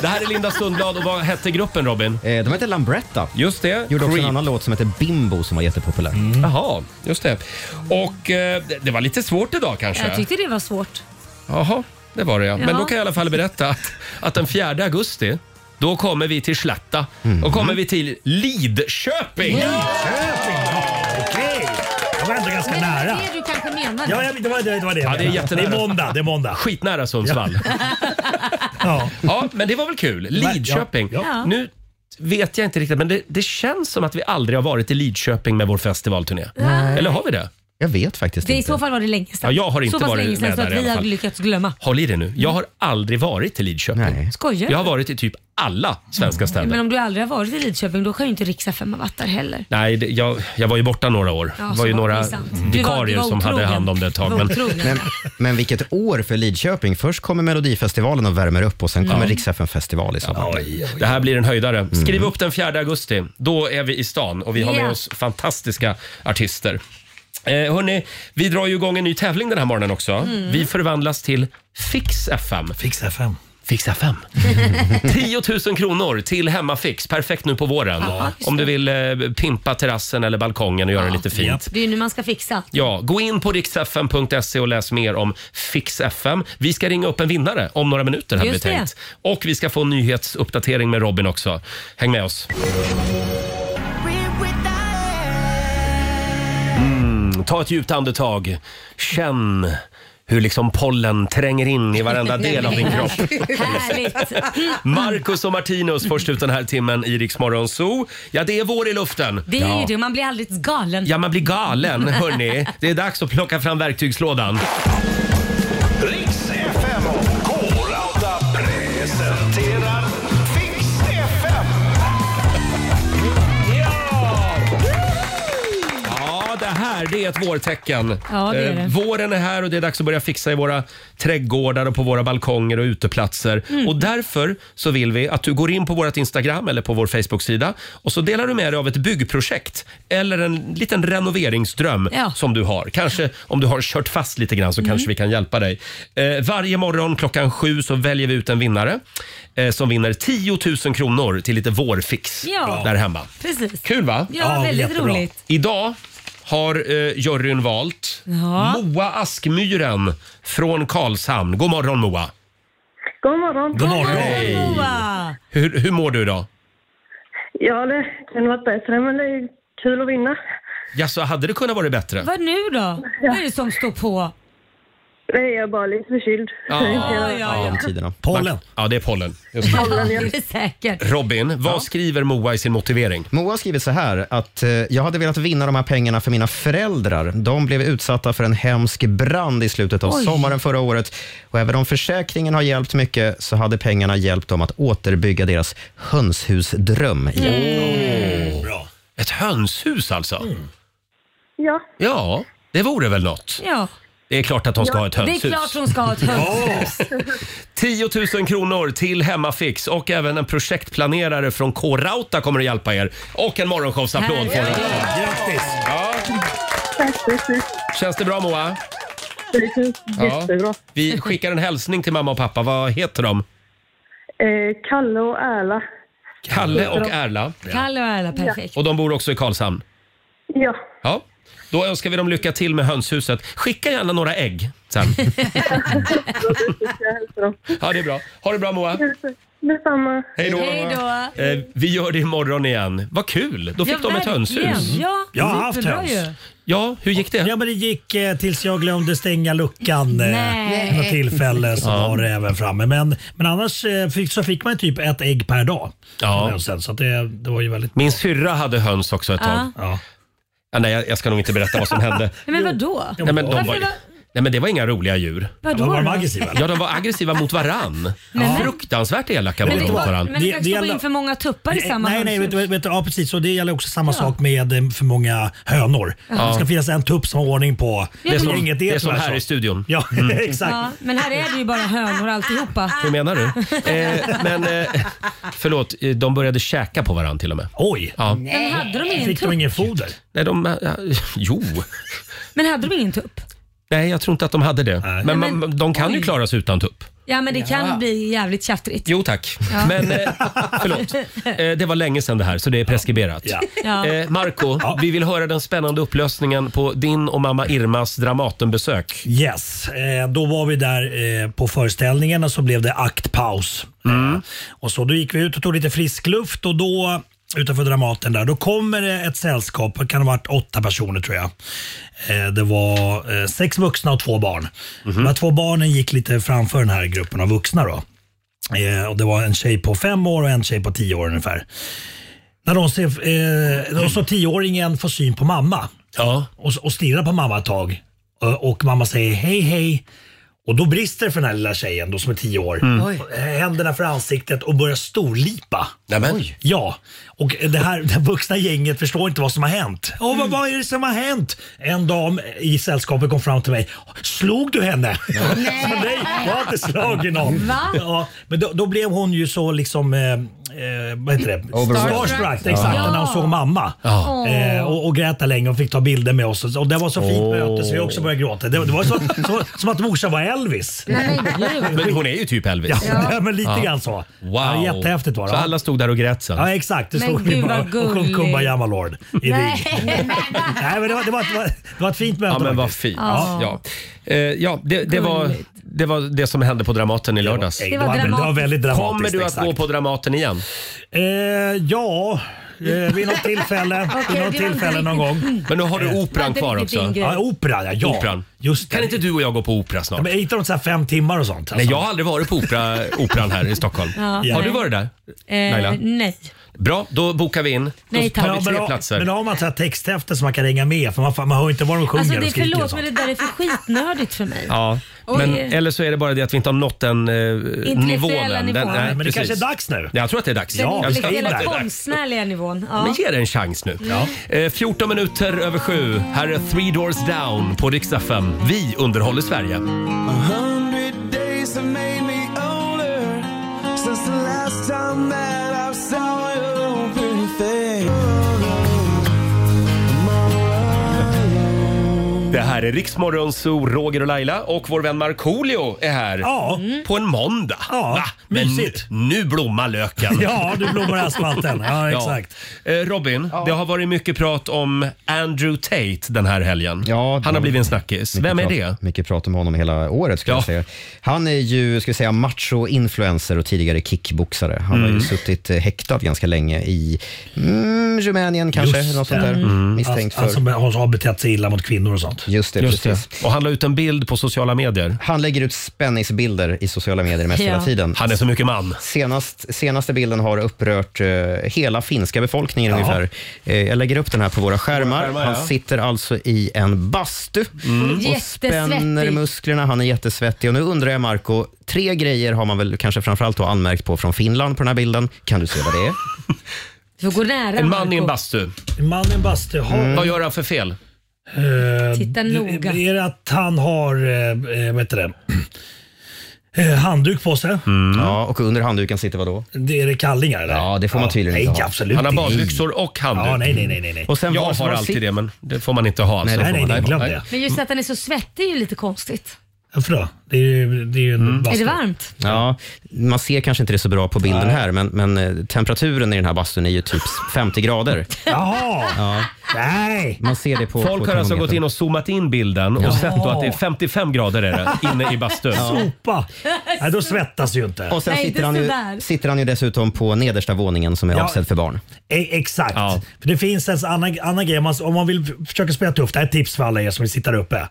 det här är Linda Sundblad och vad hette gruppen Robin?
Eh, de heter Lambretta.
Just det,
Gjorde också en
Creep.
annan låt som heter Bimbo som var jättepopulär.
Jaha, just det. Och eh, det- det var lite svårt idag
Jag
kanske?
tyckte det var svårt.
Jaha, det var det ja. Men
Ja.
då kan jag i alla fall berätta att, att den 4 augusti då kommer vi till Slätta.
Mm.
Då kommer vi till Lidköping.
Okej. Jag var ändå ganska
Men det är
nära.
det du kanske menar.
Ja, jag, det, var, det, det var det jag
Ja, det är
menade.
jättenära.
Det är måndag. Det är måndag.
Skitnära Sundsvall.
*laughs*
Ja.
Ja.
men det var väl kul. Lidköping.
Ja,
ja.
Nu vet jag inte riktigt, men det, det känns som att vi aldrig har varit i Lidköping med vår festivalturné. Eller har vi det?
Jag vet faktiskt
Det, I
inte.
så fall var det länge sedan.
Ja, jag har inte
så pass
varit
länge sedan
med
så
där i
att
alla
vi har
fall.
lyckats glömma.
Håll i dig nu. Jag har aldrig varit till Lidköping.
Nej.
Skojar
Jag har
du?
varit i typ alla svenska städer.
Men om du aldrig har varit i Lidköping då kan ju inte riks FM ha varit där heller.
Nej, det, jag, jag var ju borta några år.
Ja,
det var
så
ju
var det
några
sant. Du var- du
Mm. vikarier
var
som hade
otrogen.
hand om det ett tag.
Du var
Men,
otrogen.
Men, men vilket år för Lidköping. Först kommer Melodifestivalen och värmer upp och sen kommer riks festival i sommar.
det här blir en höjdare. Skriv upp den 4 augusti. Då är vi i stan och vi har med
Ja.
oss fantastiska artister. Eh, hörni, vi drar ju igång en ny tävling den här morgonen också.
Mm.
Vi förvandlas till Fix FM.
Fix FM.
Fixa
*laughs*
fem. *laughs* 10 000 kronor till Hemmafix. Perfekt nu på våren. Om du vill eh, pimpa terrassen eller balkongen och göra det lite fint.
Japp.
Det är ju nu man ska fixa.
*laughs*
Ja, gå in på riksfm.se och läs mer om Fix FM. Vi ska ringa upp en vinnare om några minuter hade vi
Just det.
tänkt. Och vi ska få en nyhetsuppdatering med Robin också. Häng med oss. Mm, ta ett djupt andetag. Känn hur liksom pollen tränger in i
*laughs*
varenda del av din kropp.
Härligt.
Marcus och Martinus först ut den här timmen i Rix Morgon Zoo. Ja, det är vår i luften.
Det är ju det, man blir alldeles galen.
Ja, man blir galen, hörni. Det är dags att plocka fram verktygslådan.
Riks FM och K-Rauta presenterar Fix FM.
Ja, det här det är ett vårtecken.
Ja, det är det.
Eh, Våren är här och det är dags att börja fixa i våra trädgårdar och på våra balkonger och uteplatser.
Mm.
Och därför så vill vi att du går in på vårt Instagram eller på vår Facebook-sida och så delar du med dig av ett byggprojekt eller en liten renoveringsdröm
Ja. Mm.
som du har. Kanske om du har kört fast lite grann så kanske vi kan hjälpa dig. Eh, varje morgon klockan sju så väljer vi ut en vinnare eh, som vinner 10 000 kronor till lite vårfix
Ja.
där hemma.
Precis.
Kul va?
Ja,
Ja,
väldigt
jättebra.
roligt.
Idag har eh, juryn valt
Ja.
Moa Askmyren från Karlshamn. God morgon Moa!
God morgon.
God morgon.
Moa!
Hur, hur mår du idag?
Ja, det kunde varit bättre, men det är kul att vinna.
Jaså, hade det kunnat vara bättre?
Vad nu då? Vad är det som står på?
Det är bara lite förkyld.
Ja, ja, ja.
De tiderna.
Pollen.
Ja, det är pollen. Just det.
Det är det säkert.
Robin, vad skriver Moa i sin motivering?
Moa har skrivit så här att eh, jag hade velat vinna de här pengarna för mina föräldrar. De blev utsatta för en hemsk brand i slutet av
Oj.
sommaren förra året och även om försäkringen har hjälpt mycket så hade pengarna hjälpt dem att återbygga deras hönshusdröm igen.
Bra.
Mm. Ett hönshus alltså?
Mm.
Ja,
Ja, det vore väl något.
Ja,
Det är klart att de ska ha ett
det är
hönshus.
klart hon ska ha ett hönshus.
10 000 kronor till Hemmafix och även en projektplanerare från K-Rauta kommer att hjälpa er. Och en morgonshowsapplåd får ni.
Grattis.
Känns det bra Moa?
det är kul. Jättebra.
Vi skickar en hälsning till mamma och pappa. Vad heter de?
Eh, Kalle och Erla.
Kalle och Erla.
Kalle och Erla, perfekt.
Och de bor också i Karlshamn.
Ja,
Ja. Då önskar vi dem lycka till med hönshuset. Skicka gärna några ägg
*laughs*
sen.
jag hälsar dem.
Ja, det är bra. Ha det bra Moa.
Detsamma.
Hej då.
Hej då!
Eh, vi gör det imorgon igen. Vad kul! Då fick de ett
verkligen.
hönshus.
Ja,
Jag har
superbra
haft höns.
ju.
Ja, hur gick det?
Ja, men det gick eh, tills jag glömde stänga luckan.
Nej.
Eh, något tillfälle så var det även framme. Men, men annars eh, fick, så fick man typ ett ägg per dag.
Ja.
Sen, så att det, det var ju väldigt...
Min syrra hade höns också ett tag.
Ja.
Ja, nej, jag, jag ska nog inte berätta
*laughs*
vad som hände.
Men vadå?
Nej, men de var,
Varför var...
nej, men det var inga roliga djur.
Vadå Var de då? aggressiva?
Ja, de var aggressiva mot varann.
Nej, men-
Fruktansvärt elaka var
Men,
de
det
mot
var,
varann.
men det, det in för många tuppar i samma
nej, nej,
handduk.
vet, du- vet, du, ja, precis. Och det gäller också samma sak med eh, för många hönor.
Ja.
Det ska finnas en tupp som har ordning på
Det är som-
gänget.
det är som
tyvärr
här
så.
i studion.
Ja, *laughs*
Mm.
exakt.
Ja, men här är det ju bara hönor alltihopa.
Hur menar du? Eh, men eh, förlåt, eh, de började käka på varandra till och med.
Oj!
Ja.
Men hade de ingen
Fick
tupp?
de ingen foder?
Nej, de... eh, ja, jo.
*laughs* Men hade de ingen tupp? Nej,
Nej, jag tror inte att de hade det. Men,
Nej, men-
man, de kan ju klara sig utan tupp.
Ja, men det kan bli jävligt tjaftrigt.
Jo tack.
Ja.
Men eh,
*laughs*
förlåt, eh, det var länge sedan det här så det är preskriberat.
Ja.
Eh, Marco, vi vill höra den spännande upplösningen på din och mamma Irmas Dramatenbesök.
Yes, eh, då var vi där eh, på föreställningen och så blev det aktpaus. Eh, och så då gick vi ut och tog lite frisk luft och då utanför Dramaten där, då kommer det ett sällskap, det kan ha varit åtta personer tror jag. Eh, det var eh, sex vuxna och två barn. De här två barnen gick lite framför den här gruppen av vuxna då. Eh, och det var en tjej på fem år och en tjej på tio år ungefär. När de ser, eh, och så tioåringen får syn på mamma och, och stirrar på mamma ett tag Eh, och, och mamma säger hej hej. Och då brister det för den här lilla tjejen då som är tio år.
Mm.
Oj. Händerna för ansiktet och börjar storlipa.
Nämen.
Ja, och det här det vuxna gänget förstår inte vad som har hänt. Åh, vad, vad är det som har hänt? En dam i sällskapet kom fram till mig. Slog du henne? Så *laughs* nej, jag har inte slagit någon.
Va?
Ja, men då, då blev hon ju så liksom, eh, eh, vad heter det?
Starstruck.
Starstruck, exakt,
Ja.
när hon såg mamma.
Ja.
Eh, och, och grät där länge och fick ta bilder med oss. Och det var så fint möte så vi också började gråta. Det, det var så, så, som att morsan var Elvis.
Nej, men gud.
Men hon är ju typ Elvis.
Ja, men lite grann så.
Wow.
Ja, jättehäftigt var det.
Så alla stod där och grät sen?
Ja exakt, det
Men
stod
gud,
vi bara
vad
och sjöng
gulligt.
Kumbaya my lord
Nej.
i Nej.
*laughs*
Nej men det var, det, var, det, var, det var ett fint möte
Ja men vad
faktiskt.
fint.
Ja.
Ja. Eh, ja, det, det, var, det var det som hände på Dramaten i lördags.
Det var- det var dramatiskt. det var väldigt dramatiskt,
Kommer du att
exakt.
gå på Dramaten igen?
Eh, ja, eh, vid något tillfälle, vid något tillfälle någon gång.
Men nu har du
Eh,
operan kvar också.
Ja, opera ja. ja.
Operan.
Just
Kan inte du och jag gå på opera
Ja,
snart?
men inte de så här fem timmar och sånt? alltså.
Nej, jag har aldrig varit på opera, operan här i Stockholm.
Ja,
har
nej.
du varit där? Laila?
Eh, nej.
Bra, då bokar vi in.
Nej,
då
tack.
tar vi
Ja,
tre
men då-
platser.
Men då har man så här texthäften som man kan ringa med för man, fa- man hör inte vad de sjunger
Alltså det
och
är
skriker och
förlåt
sånt.
men det där är för skitnördigt för mig.
Ja,
Och
men,
det-
eller så är det bara det att vi inte har nått den eh, nivån än. Den-
nivån.
nej,
Men det
precis.
kanske är
dags nu?
Jag tror att det är dags.
Den
jag ska in
intellektuella
där.
konstnärliga nivån. Ja.
Men ge det en chans nu. Eh, 14 minuter över sju. Här är Three Doors Down på Rix FM. Vi underhåller Sverige. Det här är Riksmorgon Zoo, Roger och Laila och vår vän Markoolio är här.
Ja.
På en måndag.
Ja,
Va? Men
mysigt.
nu, nu blommar löken.
*laughs* Ja, nu blommar asfalten. Ja, exakt.
Eh, Robin, det har varit mycket prat om Andrew Tate den här helgen. Han har blivit en snackis. Vem är
prat,
det?
Mycket prat om honom hela året. Ska jag säga. Han är ju ska vi säga, macho-influencer och tidigare kickboxare. Han har
Mm.
ju suttit eh, häktad ganska länge i mm, Rumänien kanske.
Just
Något sånt där.
det. Mm.
Misstänkt för.
Han som har har betett sig illa mot kvinnor och sånt.
Just det,
Just
precis.
Och han la ut en bild på sociala medier.
Han lägger ut spänningsbilder i sociala medier mest
Ja.
hela tiden.
Han är så mycket man.
Senast, senaste bilden har upprört eh, hela finska befolkningen ungefär. Eh, jag lägger upp den här på våra skärmar.
skärmar,
han
ja.
sitter alltså i en bastu
Mm.
och spänner
Jättesvettig.
musklerna. Han är jättesvettig. Och nu undrar jag, Marco, tre grejer har man väl kanske framförallt då anmärkt på från Finland på den här bilden. Kan du se vad det är?
Du får gå nära
En man i en
Marco.
bastu.
Man i en bastu har...
Mm.
Vad gör han för fel?
Eh,
Titta
det-
noga.
Är det att han har, eh, eh, vad heter det, *clears throat* Eh, handduk på sig?
Mm. Ja, och under handduken sitter vad då?
Det är det kallingar eller?
Ja, det får man tydligen
nej,
inte ha.
absolut
Han har
inte.
badbyxor och handduk.
Ja, nej, nej, nej, nej, nej.
Och sen jag
var-
har
var
alltid
sit-
det, men det får man inte ha.
Nej,
så
nej,
får man-
nej, glöm det.
Men just att han är så svettig är ju lite konstigt.
Varför då? Det är ju, det är ju en
Mm.
bastu.
Är det varmt?
Ja, man ser kanske inte det så bra på bilden här, men, men eh, temperaturen i den här bastun är ju *laughs* typ 50 grader.
Jaha!
Ja.
Nej!
Man ser det på
Folk
på
har alltså
termometern.
gått in och zoomat in bilden och
Ja.
sett då att det är 55 grader är det, inne i bastun.
Sopa!
*laughs*
Nej, då svettas ju inte.
Och sen sitter, han ju, sitter han ju dessutom på nedersta våningen som är
Ja.
avsedd för barn.
E- exakt. För det finns en annan, annan grej. Om man, om man vill f- försöka spela tufft, det här är ett tips för alla er som vill sitta där uppe.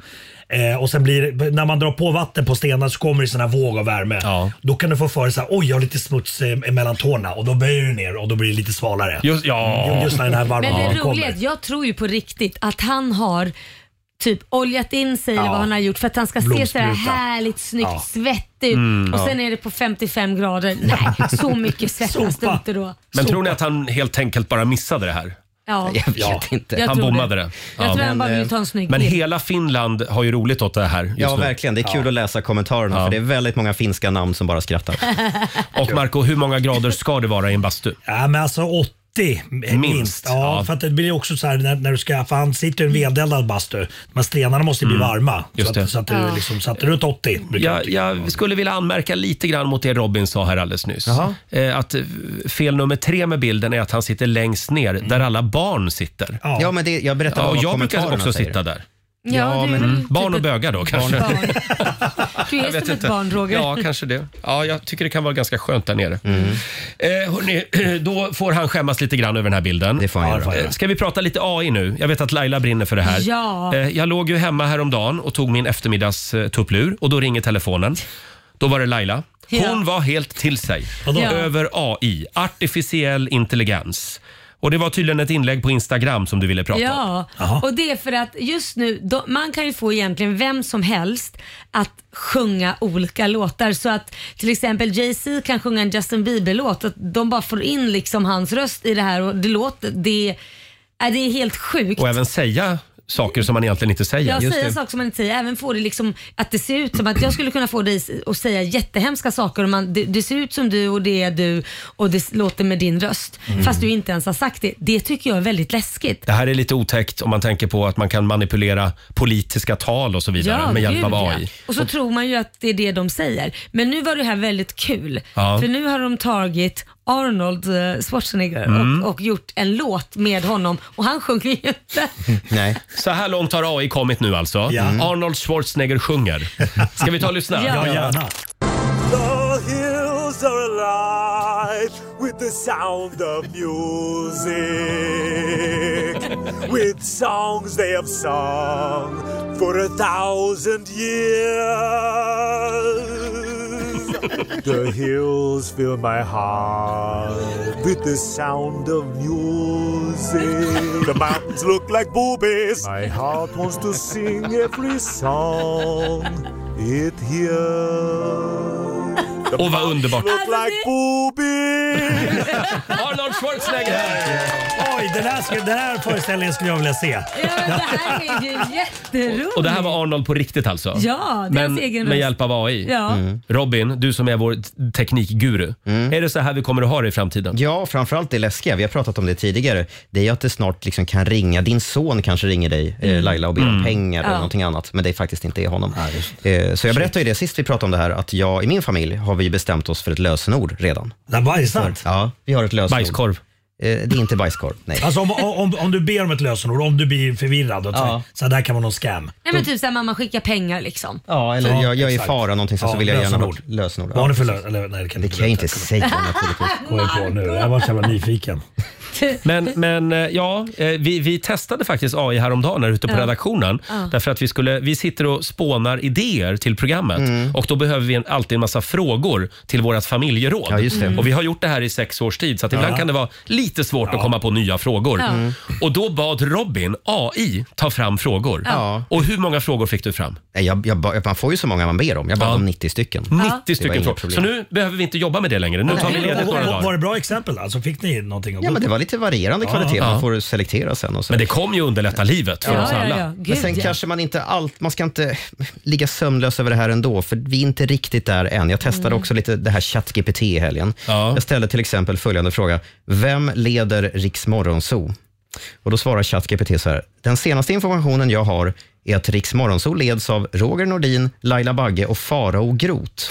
Eh, och sen blir det- när man drar på vatten på stenar så kommer det sån här våg av värme. Då kan du få för dig oj jag har lite smuts eh, mellan tårna och då böjer du ner och då blir det lite svalare.
Just, ja.
Mm, just när den här varma
Men det
vatten
roliga är
kommer.
att jag tror ju på riktigt att han har typ oljat in sig eller vad han har gjort för att han ska se sådär
Blomspruta.
härligt snyggt
Ja.
svettig ut.
Mm,
och
ja.
sen är det på 55 grader. Nej, så mycket svettas det inte då.
Men tror ni att han helt enkelt bara missade det här?
Ja. Jag
Han
tror
bommade det.
Jag tror han bara ville ta en snygg
Men
bild.
hela Finland har ju roligt åt det här just
eh, Ja,
nu.
verkligen. Det är kul att läsa kommentarerna för det är väldigt många finska namn som bara *laughs* skrattar.
Och Marco, hur många grader ska det vara i en bastu?
Ja, men alltså 80 minst.
Minst,
Ja,
ja.
för att det blir också så här när, när du ska, för han sitter i en vedeldad bastu. De här stenarna måste ju bli
Mm.
varma.
Just
Så
det.
att, så att det
Ja.
liksom, så att runt 80 brukar
Jag, jag skulle vilja anmärka lite grann mot det Robin sa här alldeles nyss. Eh, Att eh, fel nummer tre med bilden är att han sitter längst ner, där alla barn sitter.
Ja,
men det, jag berättar
Ja,
vad
och jag brukar
kommentarerna
också
säger.
sitta där. Mm.
Ja, Ja, du är men- väl typ
Barn och bögar då kanske?
Du är
Jag vet
som ett
inte.
barn Roger.
Ja, kanske det. Ja, jag tycker det kan vara ganska skönt där nere. Eh, hörni, *clears throat* då får han skämmas lite grann över den här bilden. Det får
han göra.
Ska vi prata lite AI nu? Jag vet att Laila brinner för det här.
Ja.
Eh, jag låg ju hemma häromdagen och tog min eftermiddags eh, tupplur och då ringer telefonen. Då var det Laila. Hon
Ja.
var helt till sig
Vadå? Ja.
över AI, artificiell intelligens. Och Det var tydligen ett inlägg på Instagram som du ville prata om.
Ja,
Jaha.
och det är för att just nu, då, man kan ju få egentligen vem som helst att sjunga olika låtar. Så att till exempel Jay-Z kan sjunga en Justin Bieber-låt, att de bara får in liksom hans röst i det här och det låter, det, äh, det är helt sjukt.
Och även säga saker som man egentligen inte säger.
Jag säger saker som man inte säger, även får det liksom att det ser ut som att jag skulle kunna få dig att säga jättehemska saker och man, det, det ser ut som du och det är du och det låter med din röst.
Mm.
Fast du inte ens har sagt det. Det tycker jag är väldigt läskigt.
Det här är lite otäckt om man tänker på att man kan manipulera politiska tal och så vidare med hjälp
gud,
av
ja.
AI.
Och så tror man ju att det är det de säger. Men nu var det här väldigt kul.
Ja.
För nu har de tagit Arnold eh, Schwarzenegger
Mm.
och, och gjort en låt med honom och han sjunger ju inte.
*laughs* Nej. Så här långt har AI kommit nu alltså.
Mm.
Arnold Schwarzenegger sjunger. Ska vi ta och lyssna?
Ja. Ja, gärna.
*laughs* The hills are alive with the sound of music, with songs they have sung for a thousand years. *laughs* The hills fill my heart with the sound of music. The mountains look like boobies. My heart wants to sing every song it hears. The
Och vad underbart.
Look like boobies.
*laughs* Arnold Schwarzenegger!
Oj, den här, ska- den här föreställningen skulle jag vilja se.
Det här är ju jätteroligt.
Och det här var Arnold på riktigt alltså?
Ja, deras
Men
egen
med
röst.
hjälp av AI?
Ja. Mm.
Robin, du som är vår t- teknikguru. Är det så här vi kommer att ha det i framtiden?
Mm. Ja, framförallt det läskiga, vi har pratat om det tidigare, det är ju att det snart liksom kan ringa, din son kanske ringer dig eh, Mm. Laila och ber om Mm. pengar
Ja.
eller någonting annat, men det är faktiskt inte är honom. eh, så jag berättade ju det sist vi pratade om det här, att jag i min familj har vi bestämt oss för ett lösenord redan.
Nej, bajsat?
Ja, vi har ett lösenord.
Bajskorv?
Eh, det är inte bajskorv, nej.
Alltså om, om, om du ber om ett lösenord, om du blir förvirrad och
Ja.
ja. så här, det här kan vara någon scam.
Nej men typ såhär mamma skickar pengar liksom.
Ja, eller jag, jag är i
exakt.
fara någonting, så,
Ja,
så vill jag gärna ha
lösenord.
ett lösenord.
Vad har ni för
precis.
lö- eller, nej, det kan,
Det kan jag inte säga
*laughs*
naturligtvis.
Går jag på nu. Jag var så jävla *laughs* nyfiken.
Men, men eh, ja, eh, vi, vi testade faktiskt AI häromdagen här ute på
Ja.
redaktionen.
Ja.
Därför att vi, skulle, vi sitter och spånar idéer till programmet
Mm.
och då behöver vi en, alltid en massa frågor till vårt familjeråd.
Ja, just det. Mm.
Och vi har gjort det här i sex års tid så att
Ja.
ibland kan det vara lite svårt att komma på nya frågor.
Ja. Mm.
Och då bad Robin AI ta fram frågor.
Ja.
Och hur många frågor fick du fram?
Nej, jag, jag, ba- man får ju så många man ber om. Jag bad om 90 stycken.
90 stycken frågor. Så nu behöver vi inte jobba med det längre. Nu tar vi ledigt några dagar.
Var det bra exempel? Alltså, fick ni någonting att
Ja,
gå
men det
på?
var lite varierande kvalitet.
Ja.
Man får selektera sen. Och så.
Men det kommer ju underlätta livet för
Ja,
oss
ja,
alla.
ja. Men sen kanske man inte allt, man ska inte ligga sömnlös över det här ändå, för vi är inte riktigt där än. Jag testade
Mm.
också lite det här ChatGPT i helgen. Jag ställde till exempel följande fråga. Vem leder Riks Morgonzoo? Och då svarar ChatGPT så här. Den senaste informationen jag har är att Riks Morgonzoo leds av Roger Nordin, Laila Bagge och Farao Groth.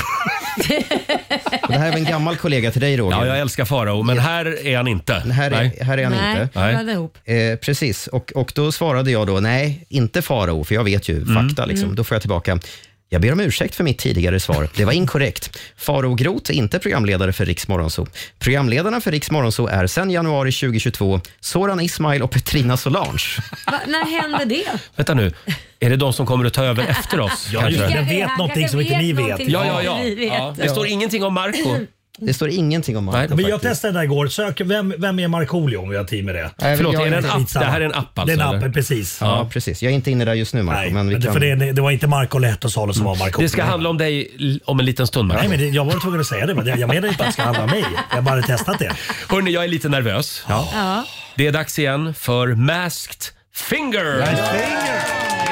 Och det här är en gammal kollega till dig Roger.
Ja, jag älskar Farao, men här är han inte.
Här
Nej.
är, här är han
Nej,
inte.
Nej. blanda
ihop.
Eh, precis, och, och då svarade jag då nej, inte Farao, för jag vet ju fakta. Liksom.
Mm.
Då får jag tillbaka. Jag ber om ursäkt för mitt tidigare svar. Det var inkorrekt. Faro Groth är inte programledare för Riks Morgonzoo. Programledarna för Riks Morgonzoo är sedan januari 2022 Soran Ismail och Petrina Solange.
Va, när hände det?
Vänta nu, är det de som kommer att ta över efter oss?
Ja,
kanske?
just det. Den vet Han någonting kanske som inte vet ni vet. någonting
Ja, ja,
som
ja.
inte vi vet.
ja. Det står ingenting om Marco
Det står ingenting om
Nej.
Men jag testade det där igår. Sök, vem, vem är Markoolio om vi har tid med det?
Nej, Förlåt, jag är det en
inte.
app?
Skitsamma.
Det här är en app alltså,
Det är en
eller?
app, precis.
Ja, precis. Jag är inte inne där just nu, Marco.
Nej,
men vi kan...
För det, det var inte Marco Lehtosalo som var Marco
Mm. Det ska handla om dig l- om en liten stund Marco.
Nej, men det, jag var tvungen att säga det. Men jag menar inte att det ska handla om mig. Jag har bara testat det.
Hörni, jag är lite nervös.
Ja.
Det är dags igen för Masked Finger.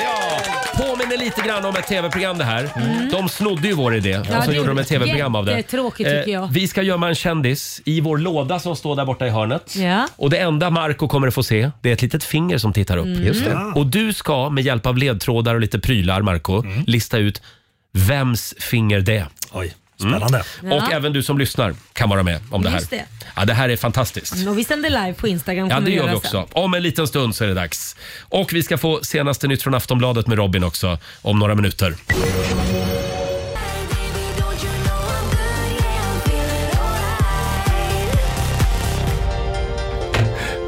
Ja, Påminner lite grann om ett tv-program det här. De snodde ju vår idé och så
Mm. det
gjorde de ett
är
tv-program av det. Eh,
jättetråkigt tycker jag.
vi ska gömma en kändis i vår låda som står där borta i hörnet.
Ja.
Och det enda Marco kommer att få se, det är ett litet finger som tittar upp.
Mm. Just det.
Och du ska med hjälp av ledtrådar och lite prylar, Marco,
Mm.
lista ut vems finger det är. Mm.
Oj, spännande.
Och
Ja.
även du som lyssnar kan vara med om det här.
Just det.
Ja, det här är fantastiskt.
Och vi sänder live på Instagram.
Ja,
kommer
det gör vi
göra
också.
sen.
Om en liten stund så är det dags. Och vi ska få senaste nytt från Aftonbladet med Robin också om några minuter.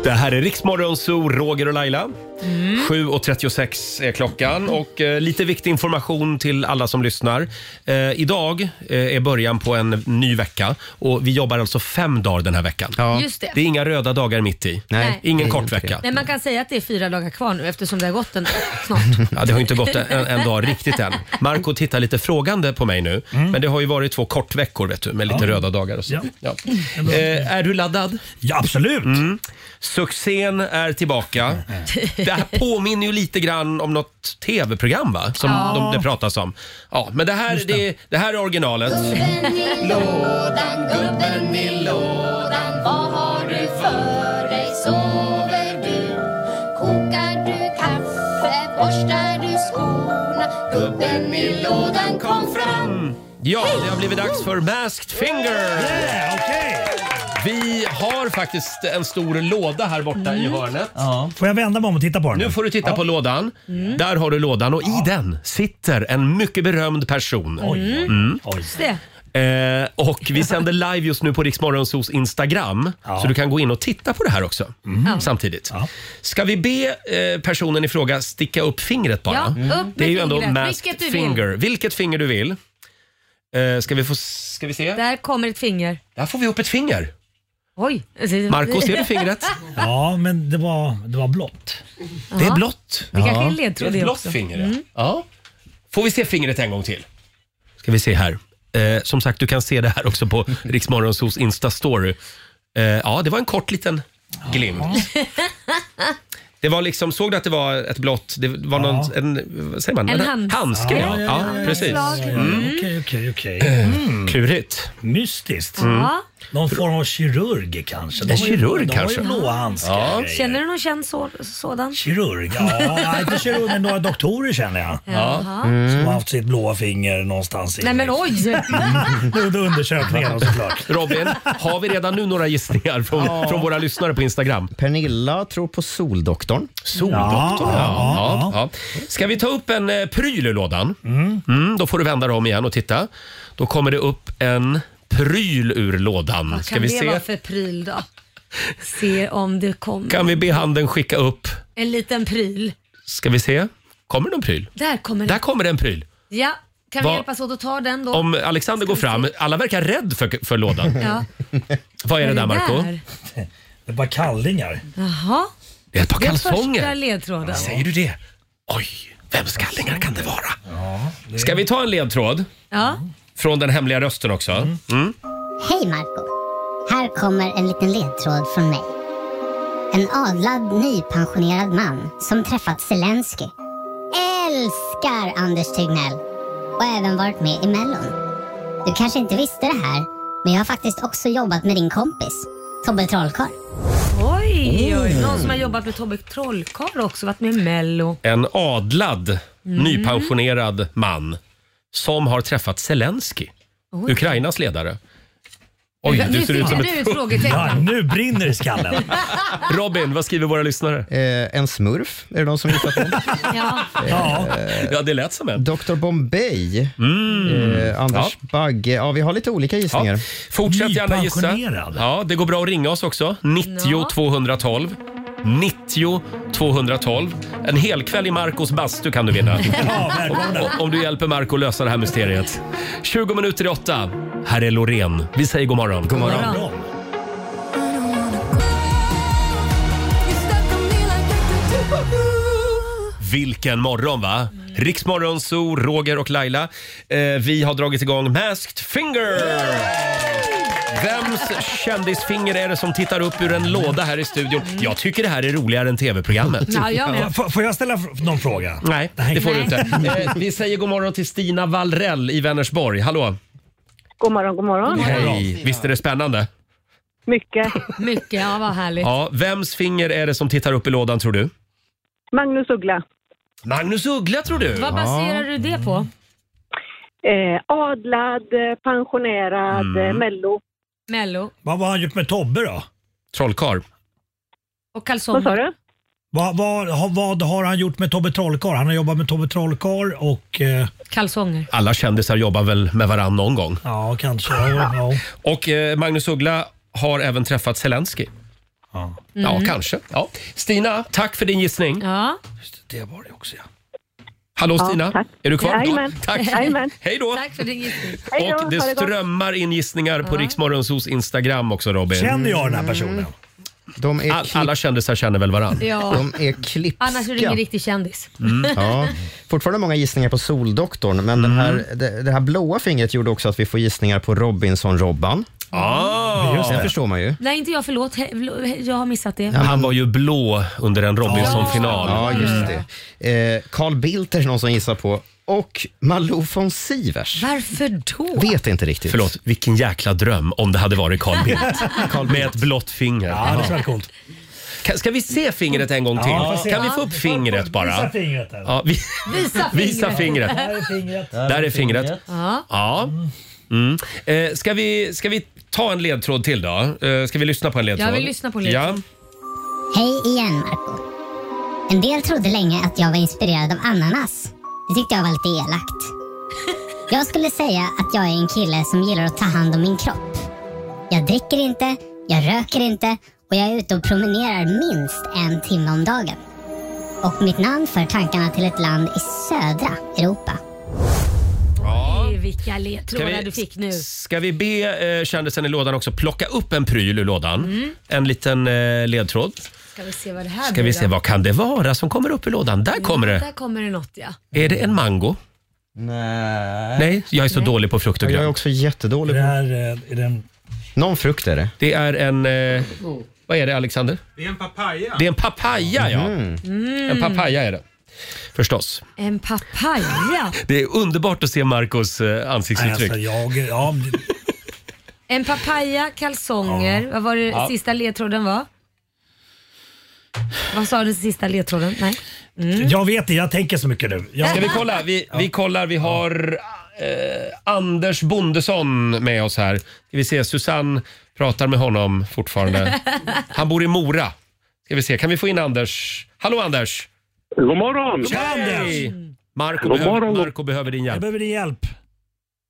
Det här är Riksmorgon Zoo, Roger och Laila.
Mm.
7.36 är klockan och eh, lite viktig information till alla som lyssnar. Eh, idag eh, är början på en ny vecka och vi jobbar alltså fem dagar den här veckan.
Just det.
är inga röda dagar mitt i.
Nej.
Ingen kort vecka.
Men man kan säga att det är fyra dagar kvar nu eftersom det har gått en snart.
Ja, det har ju inte gått en, en dag riktigt än. Marco tittar lite frågande på mig nu. Men det har ju varit två kortveckor vet du, med lite
Mm. Ja.
röda dagar och så.
Ja.
Ja. Eh, är du laddad?
Ja, absolut.
Mm. Succén är tillbaka. Det här påminner ju lite grann om något tv-program va? Som
Ja.
de, det pratas om. Ja, men det här, det, det här är originalet.
*laughs*
lådan, gubben i lådan Vad har du för dig? Sover du? Kokar du kaffe? Borstar du skorna? Gubben i lådan kom fram
Ja, det har blivit dags för Masked Finger! Vi har faktiskt en stor låda här borta i hörnet.
Mm. Får jag vända mig om och titta på den? Mm.
Nu får du titta på lådan. Där har du lådan och i den sitter en mycket berömd person.
Oj.
Mm.
Just det.
Eh, och vi sänder live just nu på Riksmorgonsos Instagram. Så du kan gå in och titta på det här också.
Ja.
Samtidigt. Ska vi be eh, personen i fråga sticka upp fingret bara?
Ja, Mm. upp med
det är ju ändå
fingret.
masked
Vilket du vill.
finger. Vilket finger du vill. Eh, ska vi få... Ska vi se?
Där kommer ett finger.
Där får vi upp ett finger.
Oj.
Marco, ser du fingret?
Ja, men det var, det var blått.
Det är blått.
Det kanske är en ledtråd
Det är
det
ett blått
också.
finger,
Mm.
ja. ja. Får vi se fingret en gång till? Ska vi se här. Eh, som sagt, du kan se det här
*laughs*
också på Riksmorgonsos Insta-story. Eh, ja, det var en kort liten glimt. *laughs* Det var liksom, såg du att det var ett blått, det var någon, en, vad säger man?
En handske.
handske. Ja,
Ja,
ja,
ja, ja, ja,
precis.
ja, ja, ja.
Mm.
Okej, okej, okej.
Klurigt.
Mm. Mystiskt.
Mm. Ja.
Någon form av kirurg kanske.
En
De har ju-
kirurg kanske.
De har ju blå handskar.
Ja.
Känner du någon känd så, sådan?
Kirurg? Ja, inte kirurg men några doktorer känner jag.
Jaha.
Som har haft sitt blåa finger någonstans i...
Nej men
Mm.
oj!
Under undersökningen såklart.
Robin, har vi redan nu några gissningar från,
Ja.
från våra lyssnare på Instagram?
Pernilla tror på Soldoktorn.
Soldoktorn, ja. Ja, ja. Ska vi ta upp en eh, pryl ur lådan? Mm. då får du vända dig om igen och titta. Då kommer det upp en pryl ur lådan.
Vad
Ska
*laughs* kan
vi
det vara
se?
för pryl då? Se om det kommer.
Kan vi be handen skicka upp?
En liten pryl.
Ska vi se? Kommer det en pryl?
Där kommer
Där
den.
kommer det en pryl.
Ja, kan
Vad-
vi hjälpas åt att ta den då?
Om Alexander går fram, alla verkar rädd för, för lådan.
Ja.
Vad är det där Marco?
Det är bara kallingar.
Jaha.
Det är ett par
Det är första
kalsonger.
ledtråden.
Säger du det? Oj, vems kallingar kan det vara? Ska vi ta en ledtråd
Ja.
från den hemliga rösten också? Mm.
Hej Marco! Här kommer en liten ledtråd från mig. En adlad nypensionerad man som träffat Zelensky. Älskar Anders Tegnell och även varit med i Mellon. Du kanske inte visste det här, men jag har faktiskt också jobbat med din kompis, Tobbe Trollkarl.
Oj, oj,
Mm.
någon som har jobbat med Tobbe Trollkarl också, varit med i Mello.
En adlad,
Mm.
nypensionerad man som har träffat Zelensky,
Oj.
Ukrainas ledare. Oj, du ser ut som ett...
frågetecken.
nu brinner det i skallen.
*laughs* Robin, vad skriver våra lyssnare?
Eh, en smurf, är det någon som
*laughs*
gissat på?
Ja.
Ja. ja, det lät som en. Mm.
Dr Bombay, eh, Anders Bagge. Ja, vi har lite olika gissningar.
Ja. Fortsätt gärna gissa. Ja, det går bra att ringa oss också. 90 212. 90 212. En hel kväll i Marcos bastu kan du *laughs* vinna.
Ja, välkomna.
Om- Om du hjälper Marco lösa det här mysteriet. 20 minuter i åtta. Här är Loreen. Vi säger god morgon. God
morgon.
Vilken morgon va? Riksmorgon, Zoo, Roger och Laila. Eh, vi har dragit igång Masked Finger! Vems kändisfinger är det som tittar upp ur en låda här i studion? Jag tycker det här är roligare än tv-programmet.
F- Får jag ställa f- någon fråga?
Nej, det får du inte.
Nej.
Eh, vi säger god morgon till Stina Wallrell i Vänersborg. Hallå!
God morgon, god morgon.
Hej! Visst är det spännande?
Mycket.
Mycket, ja vad härligt.
Ja, vems finger är det som tittar upp i lådan tror du?
Magnus Uggla.
Magnus Uggla tror du?
Vad baserar du det på?
Eh, adlad, eh, pensionerad,
Mm.
eh, Mello.
Mello
Vad har han gjort med Tobbe då?
Trollkarl.
och kalsonger. Vad sa
du?
Vad, vad, har- vad har han gjort med Tobbe Trollkarl? Han har jobbat med Tobbe Trollkarl och... Eh,
Kalsonger.
Alla kändisar jobbar väl med varann någon gång?
ja, kanske. Ja, ja.
Och eh, Magnus Uggla har även träffat Zelensky. Ja,
Mm.
kanske. Ja. Stina, tack för din gissning.
Ja.
det var det också, ja. Hallå Stina, är du kvar? Tack. *laughs* Hej då.
Tack för din gissning.
Och det strömmar in gissningar på Riksmorgonsos Instagram också Robin. Mm.
Känner jag den här personen?
All, alla kändisar känner väl varann?
Ja.
De är klipska.
Annars är du ingen riktig kändis.
Mm.
*laughs*
Ja, fortfarande många gissningar på Soldoktorn, men
Mm.
den här, det, det här blåa fingret gjorde också att vi får gissningar på Robinson-Robban.
Ah.
Den förstår man ju.
Nej, inte jag. Förlåt. He- förlåt, Jag har missat det.
Han var ju blå under en Robinson-final.
Ja, just det. Eh, Carl Bildt är det någon som gissar på och Malou von Sivers.
Varför då?
Vet inte riktigt.
Förlåt, vilken jäkla dröm om det hade varit Carl
*laughs*
Bildt. Med ett blått finger.
Ja, det tror jag är coolt.
Kan- Ska vi se fingret en gång till?
Ja, får se.
kan vi få upp fingret bara?
Visa fingret där.
Ja, vi...
Visa
*laughs* Visa
fingret.
fingret.
Där är fingret.
Där är fingret.
Ja.
Ja. Mm. Eh, ska, vi, ska vi ta en ledtråd till då? Eh, ska vi lyssna på en ledtråd?
Ja, vi lyssnar på en
Ja.
ledtråd. Hej igen, Marco. En del trodde länge att jag var inspirerad av ananas. Det tyckte jag var lite elakt. Jag skulle säga att jag är en kille som gillar att ta hand om min kropp. Jag dricker inte, jag röker inte och jag är ute och promenerar minst en timme om dagen. Och mitt namn för tankarna till ett land i södra Europa.
Oj, Vilka ledtrådar
Ska vi-
du fick nu.
Ska vi be eh, kändisen i lådan också plocka upp en pryl ur lådan?
Mm.
En liten eh, ledtråd.
Ska vi se vad det här
Ska vi
blir
se,
då?
vad kan det vara som kommer upp ur lådan? Där kommer det.
Där kommer det något ja.
Är det en mango?
Nej.
Nej, jag är så dålig på frukt och
Jag är
grönt.
också jättedålig på...
eh,
Någon frukt är det.
Det är en... Eh,
Oh.
vad är det, Alexander?
Det är en papaya.
Det är en papaya, ja.
Mhm.
Mm.
En papaya är det. Förstås.
En papaya.
Det är underbart att se Marcos eh, ansiktsuttryck.
Alltså, jag, ja,
En papaya, kalsonger. Vad var det
Ja.
sista ledtråden var? Vad sa du sista ledtråden? Nej.
jag vet det, jag tänker så mycket nu. Jag...
Ska vi kolla? Vi, vi kollar. Vi har eh, Anders Bondesson med oss här. Ska vi se, Susanne pratar med honom
*laughs*
fortfarande. Han bor i Mora. Ska vi se, kan vi få in Anders? Hallå Anders!
God morgon!
Tja Anders! Marco,
God
behöver,
morgon.
Marco behöver din hjälp.
behöver din hjälp.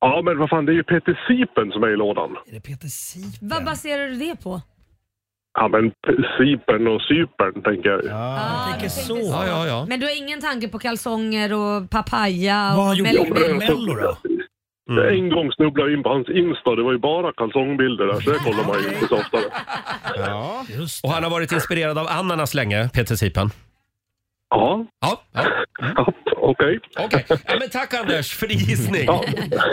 Ja, men vad fan, det är ju Peter Sipen som är i lådan.
Vad baserar du det på?
Ja, men P- Sipen och Cypern, tänker jag.
Ah, du tänkte så.
Ja, ja, ja.
Men du har ingen tanke på kalsonger och papaya? och
Jo, men
mellanmjölk?
alltså,
Mm.
En gång snubblade jag in på hans Insta. Det var ju bara kalsongbilder där, så det kollar man ju inte så ofta.
Och han har varit inspirerad av ananas länge, Peter Sipen.
Ja.
Ja. ja.
Okej.
Okej. Ja, men tack Anders för din gissning.
Ja.
Ha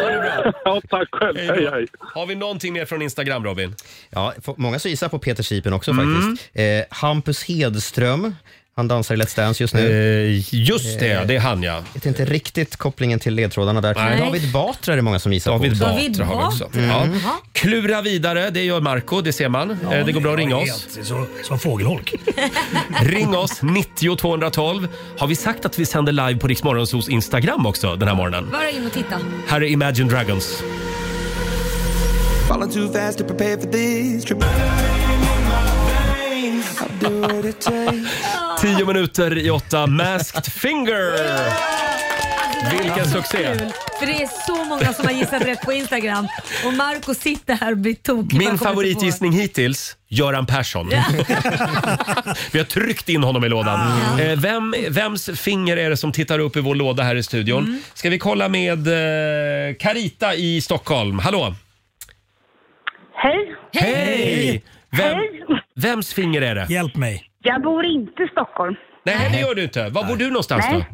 det bra.
Ja, tack själv.
då.
Hej, hej.
Har vi någonting mer från Instagram Robin? Mm.
Ja, f- många som gissar på Peter Sipen också faktiskt. Eh, Hampus Hedström, han dansar i Let's Dance just nu.
Eh,
Eh,
just det, det är han ja.
Vet inte riktigt kopplingen till ledtrådarna där.
Nej.
David Batra är det många som gissar
David
på. också.
Batra har vi också. Ja. Klura vidare, det gör Marco, det ser man. Eh, det går bra att ringa oss.
Så, som fågelholk.
Ring oss, 90 212. Har vi sagt att vi sänder live på Riksmorgonsos Instagram också den här morgonen?
Bara in och titta.
Här är Imagine Dragons.
Falling too fast to prepare for this. Trip- I'll do what it takes.
*laughs* Tio minuter i åtta, Masked Finger! Vilken
Så
succé!
Alltså, kul, För det är så många som har gissat rätt på Instagram och Marco sitter här och blir tokig.
Min
Man kommer inte på-
favoritgissning hittills, Göran Persson. *laughs* Vi har tryckt in honom i lådan. Eh, Vem, vems finger är det som tittar upp i vår låda här i studion?
Mm.
Ska vi kolla med eh, Carita i Stockholm? Hallå!
Hej!
Hej! Vem, vems finger är det?
Hjälp mig.
Jag bor inte i Stockholm.
Nej, det gör du inte. Var bor du någonstans då?
Nej.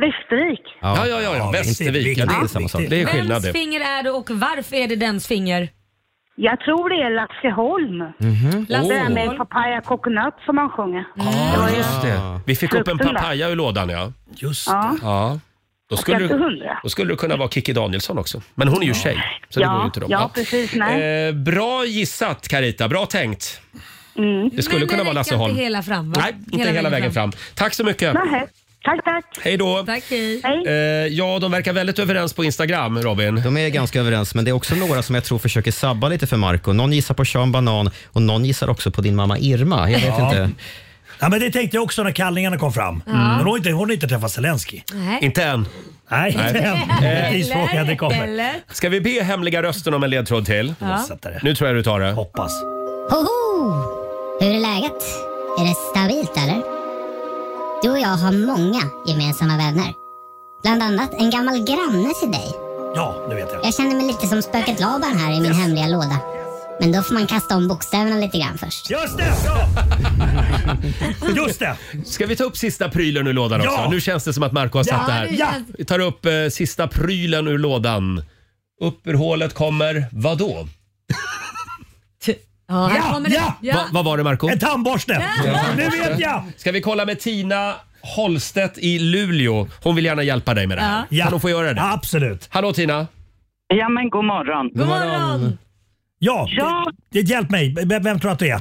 Västervik.
Ja, ja, ja, ja. Västervik. Ja, det är samma sak. Det är skillnad
Vems
det.
finger är det och varför är det dens finger?
Jag tror det är Lasseholm.
Mhm.
Det
Oh.
där med papaya coconut som man sjunger.
Mm.
Ja, just det. Vi fick upp en
Frukten där.
papaya ur lådan, ja. Just
Ja.
Ja. Då skulle,
Efter
du,
hundra.
då skulle du kunna vara Kikki Danielsson också. Men hon är ju tjej, så det
ja,
går ju inte dem.
ja, precis. Nej.
Eh, bra gissat Carita, bra tänkt.
Mm.
Det skulle kunna vara Lasse Holm.
Inte hela fram va?
Nej, inte hela, vägen fram. Tack så mycket.
Nähä. Tack, tack.
Hej då.
Tack, hej.
Eh, ja, de verkar väldigt överens på Instagram, Robin.
De är ganska överens, men det är också några som jag tror försöker sabba lite för Marco. Någon gissar på Sean Banan och någon gissar också på din mamma Irma. Jag vet
Ja.
inte.
Ja, men det tänkte jag också när kallingarna kom fram.
Ja.
Men hon har inte, hon har inte träffat Zelenskyj.
Nej.
Inte än.
Nej, inte
Nej.
än. Det är Tidsfrågan, det kommer.
Eller?
Ska vi be hemliga rösten om en ledtråd till?
Ja.
Nu tror jag du tar det.
Hoppas.
Hoho! Hur är läget? Är det stabilt eller? Du och jag har många gemensamma vänner. Bland annat en gammal granne till dig.
Ja, nu vet jag.
Jag känner mig lite som spöket Laban här i min hemliga låda. Men då får man kasta om bokstäverna lite grann först.
Just det! Ja. Just det!
Ska vi ta upp sista prylen ur lådan
Ja.
också? Nu känns det som att Marco har satt
Ja,
det här.
det Ja.
Vi tar upp eh, sista prylen ur lådan. Upp ur hålet kommer vadå?
Ja, här
Ja,
kommer det.
ja.
Va, vad var det Marco? En
tandborste! Nu vet jag!
Ska vi kolla med Tina Holstedt i Luleå? Hon vill gärna hjälpa dig med det här.
Ja.
Kan hon få göra det?
absolut.
Hallå Tina!
Ja men god morgon.
God morgon.
Ja,
Ja.
Det, det, hjälp mig. Vem, vem tror att det är?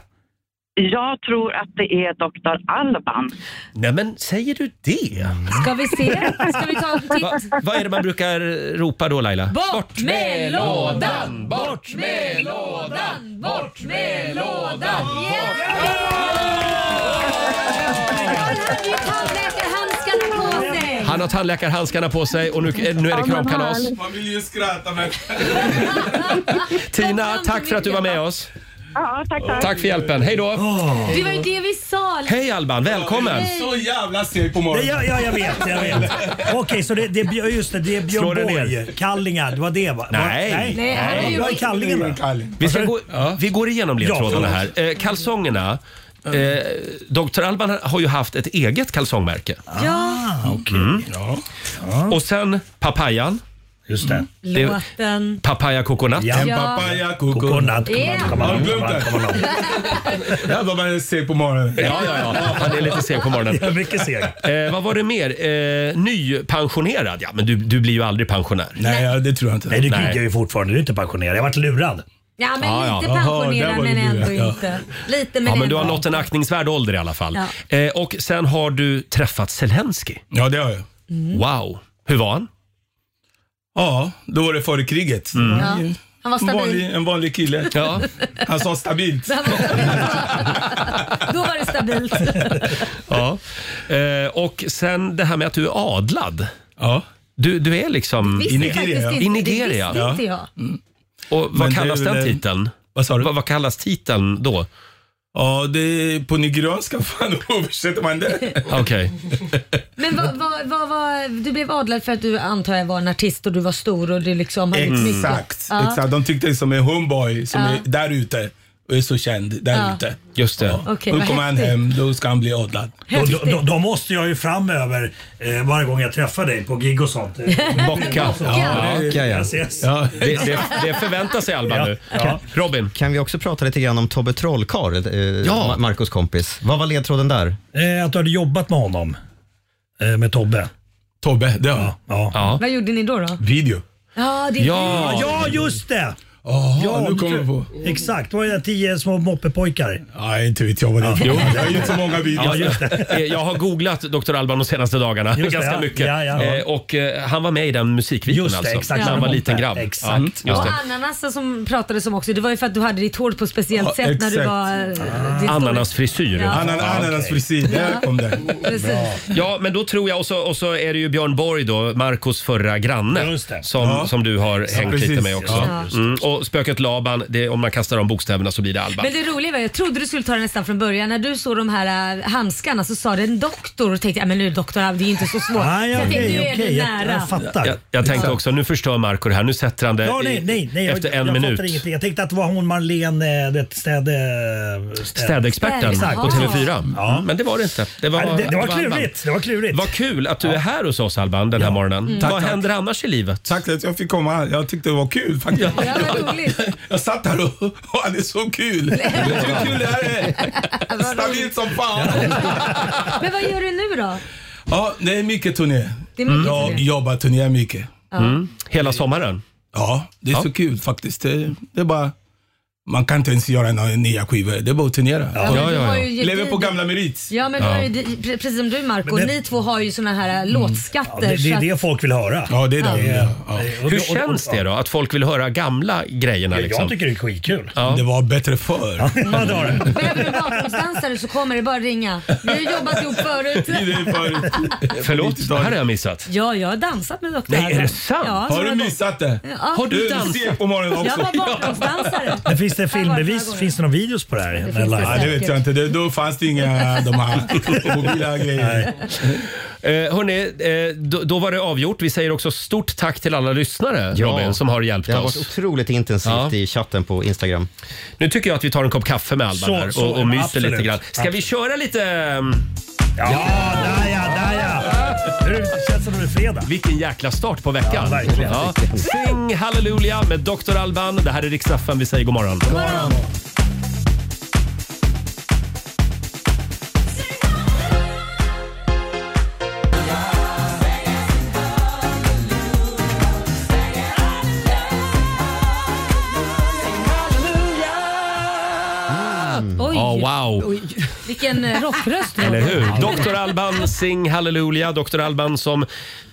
Jag tror att det är Dr. Alban.
Nej men säger du det?
Ska vi se? Ska vi ta en titt?
Va, vad är det man brukar ropa då Laila?
Bort, med lådan!
Bort med lådan! Bort med lådan!
Tandläkarhandskarna på sig!
Han har tandläkarhandskarna på sig och nu, eh, nu är det kramkalas.
Man vill ju skratta men...
Tina, tack för att du var med oss.
Ja, tack, tack.
Tack för hjälpen. Hej då!
Det var ju det vi sa.
Hej Alban, välkommen!
Hej.
Så jävla seg på
Det,
morgonen.
ja, ja, jag vet. Jag vet. Okej, så det, det, är Björ- just det, det är
Slå
Björn
den
Borg.
ner.
Kallingar, det var det va?
Nej.
Var, nej.
Nej, han har ju
Bra i
gått-
kallingarna.
Vi, ska gå, vi går igenom ledtrådarna
Ja,
här. Eh, kalsongerna. Eh, Dr. Alban har ju haft ett eget kalsongmärke.
Ja,
Mm. Och sen papayan.
Just det.
det är
låten.
papaya coconut.
Ja. En papaya
coconut.
Yeah.
Har du glömt det? Jävlar vad jag är seg på morgonen.
Ja, ja, ja. Han är lite seg på morgonen.
Ja, mycket seg.
Eh, vad var det mer? Eh, nypensionerad? Ja, men du, du blir ju aldrig pensionär.
Nej, ja, det tror jag inte.
Nej, du krigar ju fortfarande. Du är inte pensionerad. Jag varit lurad.
Ja, men
Ja, ja.
lite
Jaha,
pensionerad
där var
men
det du,
ändå
ja.
inte. Lite men
Ja, men du
ändå.
har nått en aktningsvärd ålder i alla fall. Eh, och sen har du träffat Zelensky.
Ja, det har jag.
Mm. *laughs*
Wow. Hur var han?
Ja, då var det före kriget.
Mm. Ja. Han var
En,
stabil.
Mm. vanlig, en vanlig kille.
Ja.
Han sa stabilt.
Han var stabil. *laughs* Då var det stabilt.
Ja. Eh, och sen det här med att du är adlad.
Ja.
Du, du är liksom...
Visste faktiskt inte.
I Nigeria.
Det visste inte jag. Mm.
Och vad
Men det
kallas
är väl
den
en-
titeln? Vad sa du? Vad, kallas titeln Mm, då?
Ja, det är på nigerianska. *laughs* Fan, då översätter man det.
Okej.
Men vad, vad, vad, vad, du blev adlad för att du antar jag var en artist och du var stor och du liksom har
Mm.
gjort mycket.
Exakt.
Ja.
Exakt. De tyckte det är som en homeboy som
Ja.
är där ute och är så känd där
Ja.
ute.
Just det.
Okej,
nu
vad
kommer han
häftigt.
hem, då ska han bli adlad.
Då, då, då, då måste jag ju framöver, eh, varje gång jag träffar dig på gig och sånt. eh,
Bocka.
Ja,
Bocka, ja.
Jag ses.
Ja, det, det, det förväntar sig Alban nu. Ja. Robin?
Kan vi också prata lite grann om Tobbe Trollkarl, eh, Ma- Marcos kompis? Vad var ledtråden där?
Eh, att du hade jobbat med honom. Eh, med Tobbe.
Tobbe, det har
ja.
Vad gjorde ni då? då?
Video.
Ja, det är
Ja, just det!
Jaha, nu kommer jag på.
Exakt, det var ju där tio små moppepojkar.
Nej, inte vet jag vad det är. Jo, jag har gjort så många videos.
Ah, Ja, just
*laughs*
det. Eh, jag har googlat Dr. Alban de senaste dagarna.
Just det,
ganska
ja.
mycket.
Ja, ja.
Eh, Och eh, han var med i den musikvideon
Just det,
alltså.
exakt.
När han var
Ja.
liten grabb.
Exakt.
Ja, Mm, just
Och
det.
ananasen som pratades om också, det var ju för att du hade ditt hår på ett speciellt
Ja,
sätt när du
exakt.
var... eh, ditt
Ananasfrisyr.
Ja.
Anan- Ananasfrisyr, där kom den.
Precis.
Ja, men då tror jag, och så, och så är det ju Björn Borg då, Marcos förra granne, som,
Ja.
som du har
Ja,
hängt lite
precis.
med också.
Ja.
Mm, och spöket Laban, det, om man kastar om bokstäverna så blir det Alban.
Men det roliga var, jag trodde du skulle ta det nästan från början. När du såg de här eh, handskarna så sa det en doktor och tänkte, ja men nu doktor, det är inte så svårt.
Nej,
så jag tänkte, nu
okej,
är
okej.
det
Jag-
nära.
jag fattar.
Jag, jag tänkte också, nu förstör Marco det här. Nu sätter han det
Ja, nej,
i-
nej, nej,
efter
jag,
en
jag
minut.
Fattar ingenting. Jag tänkte att det var hon Marlene, eh, vet, städ, eh, städ.
Städexperten
Exakt.
på TV4.
Ja.
Men det var det inte. Det var,
Nej, det- det var
Alban.
klurigt, det var klurigt.
Vad kul att du är här hos oss Alban den här morgonen.
Mm.
Vad
Tack, tack.
händer annars i livet?
Tack att jag
*laughs*
fick komma. Jag tyckte det var kul faktiskt.
Ja,
vad roligt.
*laughs* Jag satt här och, *laughs* och hade så
*laughs*
kul. Vet du hur kul det här är? Stabilt som fan.
Men vad gör du nu då?
Ja, det är mycket turné.
Det är mycket
Jag
turné.
jobbar turné mycket.
Ja. Mm.
Hela sommaren?
Ja, det är så kul faktiskt. Det, det är bara... Man kan inte ens göra några nya skivor. Det är bara att turnera.
Ja, men du har ju gedigen-
Lever på gamla merits.
Ja men
Ja.
Du har ju, det- pre- precis som du Marco,
Men-
ni två har ju såna här
Mm.
eh, låtskatter.
Det, det
så
är
att-
det folk vill höra. Eh,
Ja, det är
Ja.
det. Ja.
Hur känns det då att folk vill höra gamla grejerna?
Jag
Liksom?
tycker det är skitkul.
Ja.
Det var bättre förr.
Ja, det har det.
Behöver du bakgrundsdansare så kommer det bara ringa. Vi har jobbat ihop
*laughs*
förut.
Förlåt, det här har jag missat.
Ja, jag har dansat med doktor
Nej, är det
Alban.
sant?
Ja, så
Har du
jag-
missat det?
Ja.
Har du
ser
dansat?
på morgonen också.
Jag
*laughs*
var bakgrundsdansare.
Men finns det filmbevis? Finns det några videos på det här?
finns
Eller?
det
Ja, det vet jag inte. Det, då fanns det inga de här
*laughs*
mobila grejerna.
Eh, hörni, eh, då, då var det avgjort. Vi säger också stort tack till alla lyssnare Robin, som har hjälpt
det har
oss.
varit otroligt intensivt
Ja.
i chatten på Instagram.
Nu tycker jag att vi tar en kopp kaffe med Alban
Så,
här
så,
och, och myser
absolut.
lite grann. Ska vi köra lite... mm?
Ja, där ja, där ja. Nu känns det som det är fredag.
Vilken jäkla start på veckan.
Ja, verkligen.
Sing Hallelujah med Dr. Alban. Det här är Rix FM. Vi säger god morgon. God morgon.
Oj,
Ja, Ah, wow.
Oj, vilken eh, rockröst du har.
Eller hur? Dr. Alban, sing Hallelujah. Dr. Alban som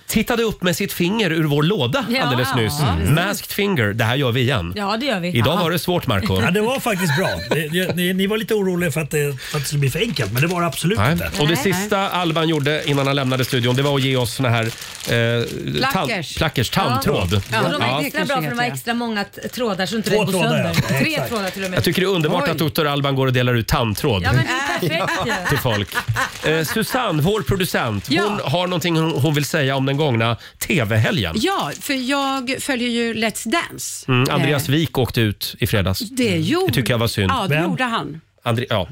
tittade upp med sitt finger ur vår låda
Ja,
alldeles nyss.
ja, precis.
Masked finger. Det här gör vi igen.
Ja, det gör vi.
Idag var det svårt, Marco.
Ja, det var faktiskt bra. Ni, ni, ni var lite oroliga för att, det, för att det skulle bli för enkelt, men det var det absolut inte.
Och det sista Alban gjorde innan han lämnade studion, det var att ge oss såna här... Eh,
Plackers.
tal- plackers tandtråd.
Ja, de är extra bra för de har extra många t- trådar så inte
Två
det går
trådar,
sönder.
ja.
Tre
Exakt.
trådar till och med.
Jag tycker det är underbart att Dr. Alban går och delar ut tandtråd.
Ja, men det är
Äh.
perfekt ju.
till folk. Eh, Susanne, vår producent, hon har någonting hon hon vill säga om den gångna TV-helgen.
Ja, för jag följer ju Let's Dance.
Mm, Andreas
Eh,
Wik åkte ut i fredags. Mm.
Det gjorde
Det tycker jag var synd.
Ja, det gjorde han.
Andri- ja.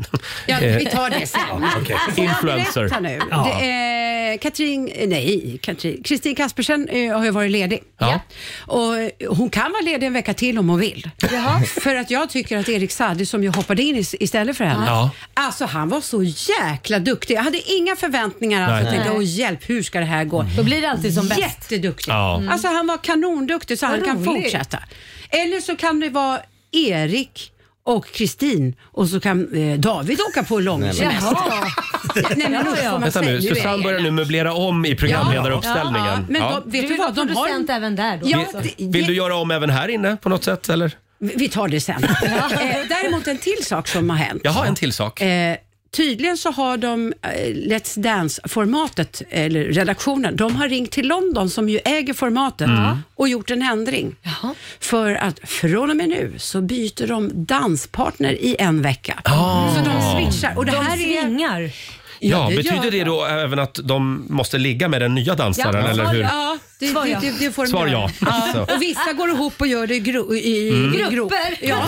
Ja,
Eh,
vi tar
*laughs*
det sen.
okej.
Får jag
Influencer.
berätta nu?
Ja.
Det är Katrin, nej, Katrin, Kristin Kaspersen eh, har ju varit ledig.
Ja.
Och eh, hon kan vara ledig en vecka till om hon vill. För att jag tycker att Erik Saade som ju hoppade in is- istället för henne.
Ja.
Alltså han var så jäkla duktig. Jag hade inga förväntningar alls.
Nej.
Jag tänkte,
Nej.
åh hjälp, hur ska det här gå?
Då blir det alltid som bäst.
Jätteduktig.
Ja. Mm.
Alltså han var kanonduktig så
Vad
han kan
roligt.
fortsätta. Eller så kan det vara Erik och Kristin och så kan eh, David åka på lång
Nej, men- alltså.
semester. Nej, men då får man
Vänta
säga,
nu,
är
Susanne
jag
börjar nu möblera om i programledaruppställningen.
Men
Ja.
de, vet du, vad, de har...
producent även där då.
Ja,
alltså.
det,
Vill du göra om även här inne på något sätt eller?
vi tar
*laughs*
det sen. Eh, Däremot en till sak som har hänt.
Jag har en till sak.
Eh, tydligen så har de eh, Let's Dance-formatet, eller redaktionen, de har ringt till London som ju äger formatet
Mm.
och gjort en ändring. För att från och med nu så byter de danspartner i en vecka.
Ah.
Så de switchar. Och det
De
här
svingar.
Ja,
det gör
betyder det då även att de måste ligga med den nya dansaren eller hur?
Ja, det,
Svar
det,
ja.
det, det får de
Svar
göra.
ja. Så.
Och vissa går ihop och gör det i, gro, i
Mm.
grupp. Ja.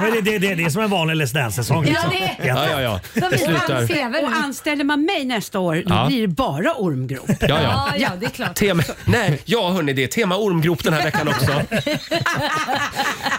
Men det, det, det är det som är en vanlig Let's Dance-säsong.
Ja,
Liksom.
det-
Ja, ja, ja. Det slutar.
Och anställer man mig nästa år, då
Ja.
blir det bara ormgrop.
Ja, ja.
ja, det är klart.
Tema, nej, ja hörni, det är tema ormgrop den här veckan
*laughs*
också.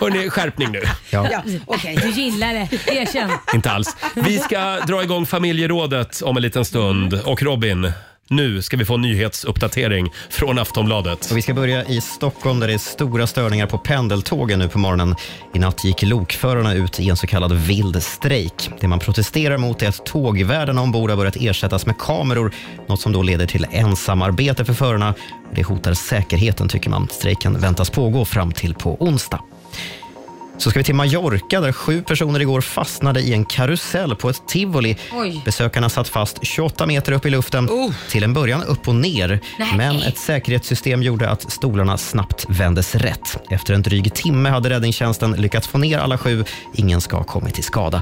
Hörni, skärpning nu.
Ja, okej.
Du gillar det,
*laughs*
erkänn.
Inte alls. Vi ska dra igång familjerådet om en liten stund. Och Robin, Nu ska vi få en nyhetsuppdatering från Aftonbladet.
Och vi ska börja i Stockholm där det är stora störningar på pendeltågen nu på morgonen. I natt gick lokförarna ut i en så kallad vild strejk. Det man protesterar mot är att tågvärdarna ombord har börjat ersättas med kameror, något som då leder till ensamarbete för förarna. Det hotar säkerheten tycker man. Strejken väntas pågå fram till på onsdag. Så ska vi till Mallorca där sju personer igår fastnade i en karusell på ett tivoli.
Oj.
Besökarna satt fast 28 meter upp i luften,
Oh.
till en början upp och ner.
Nej.
Men ett säkerhetssystem gjorde att stolarna snabbt vändes rätt. Efter en dryg timme hade räddningstjänsten lyckats få ner alla sju. Ingen ska ha kommit till skada.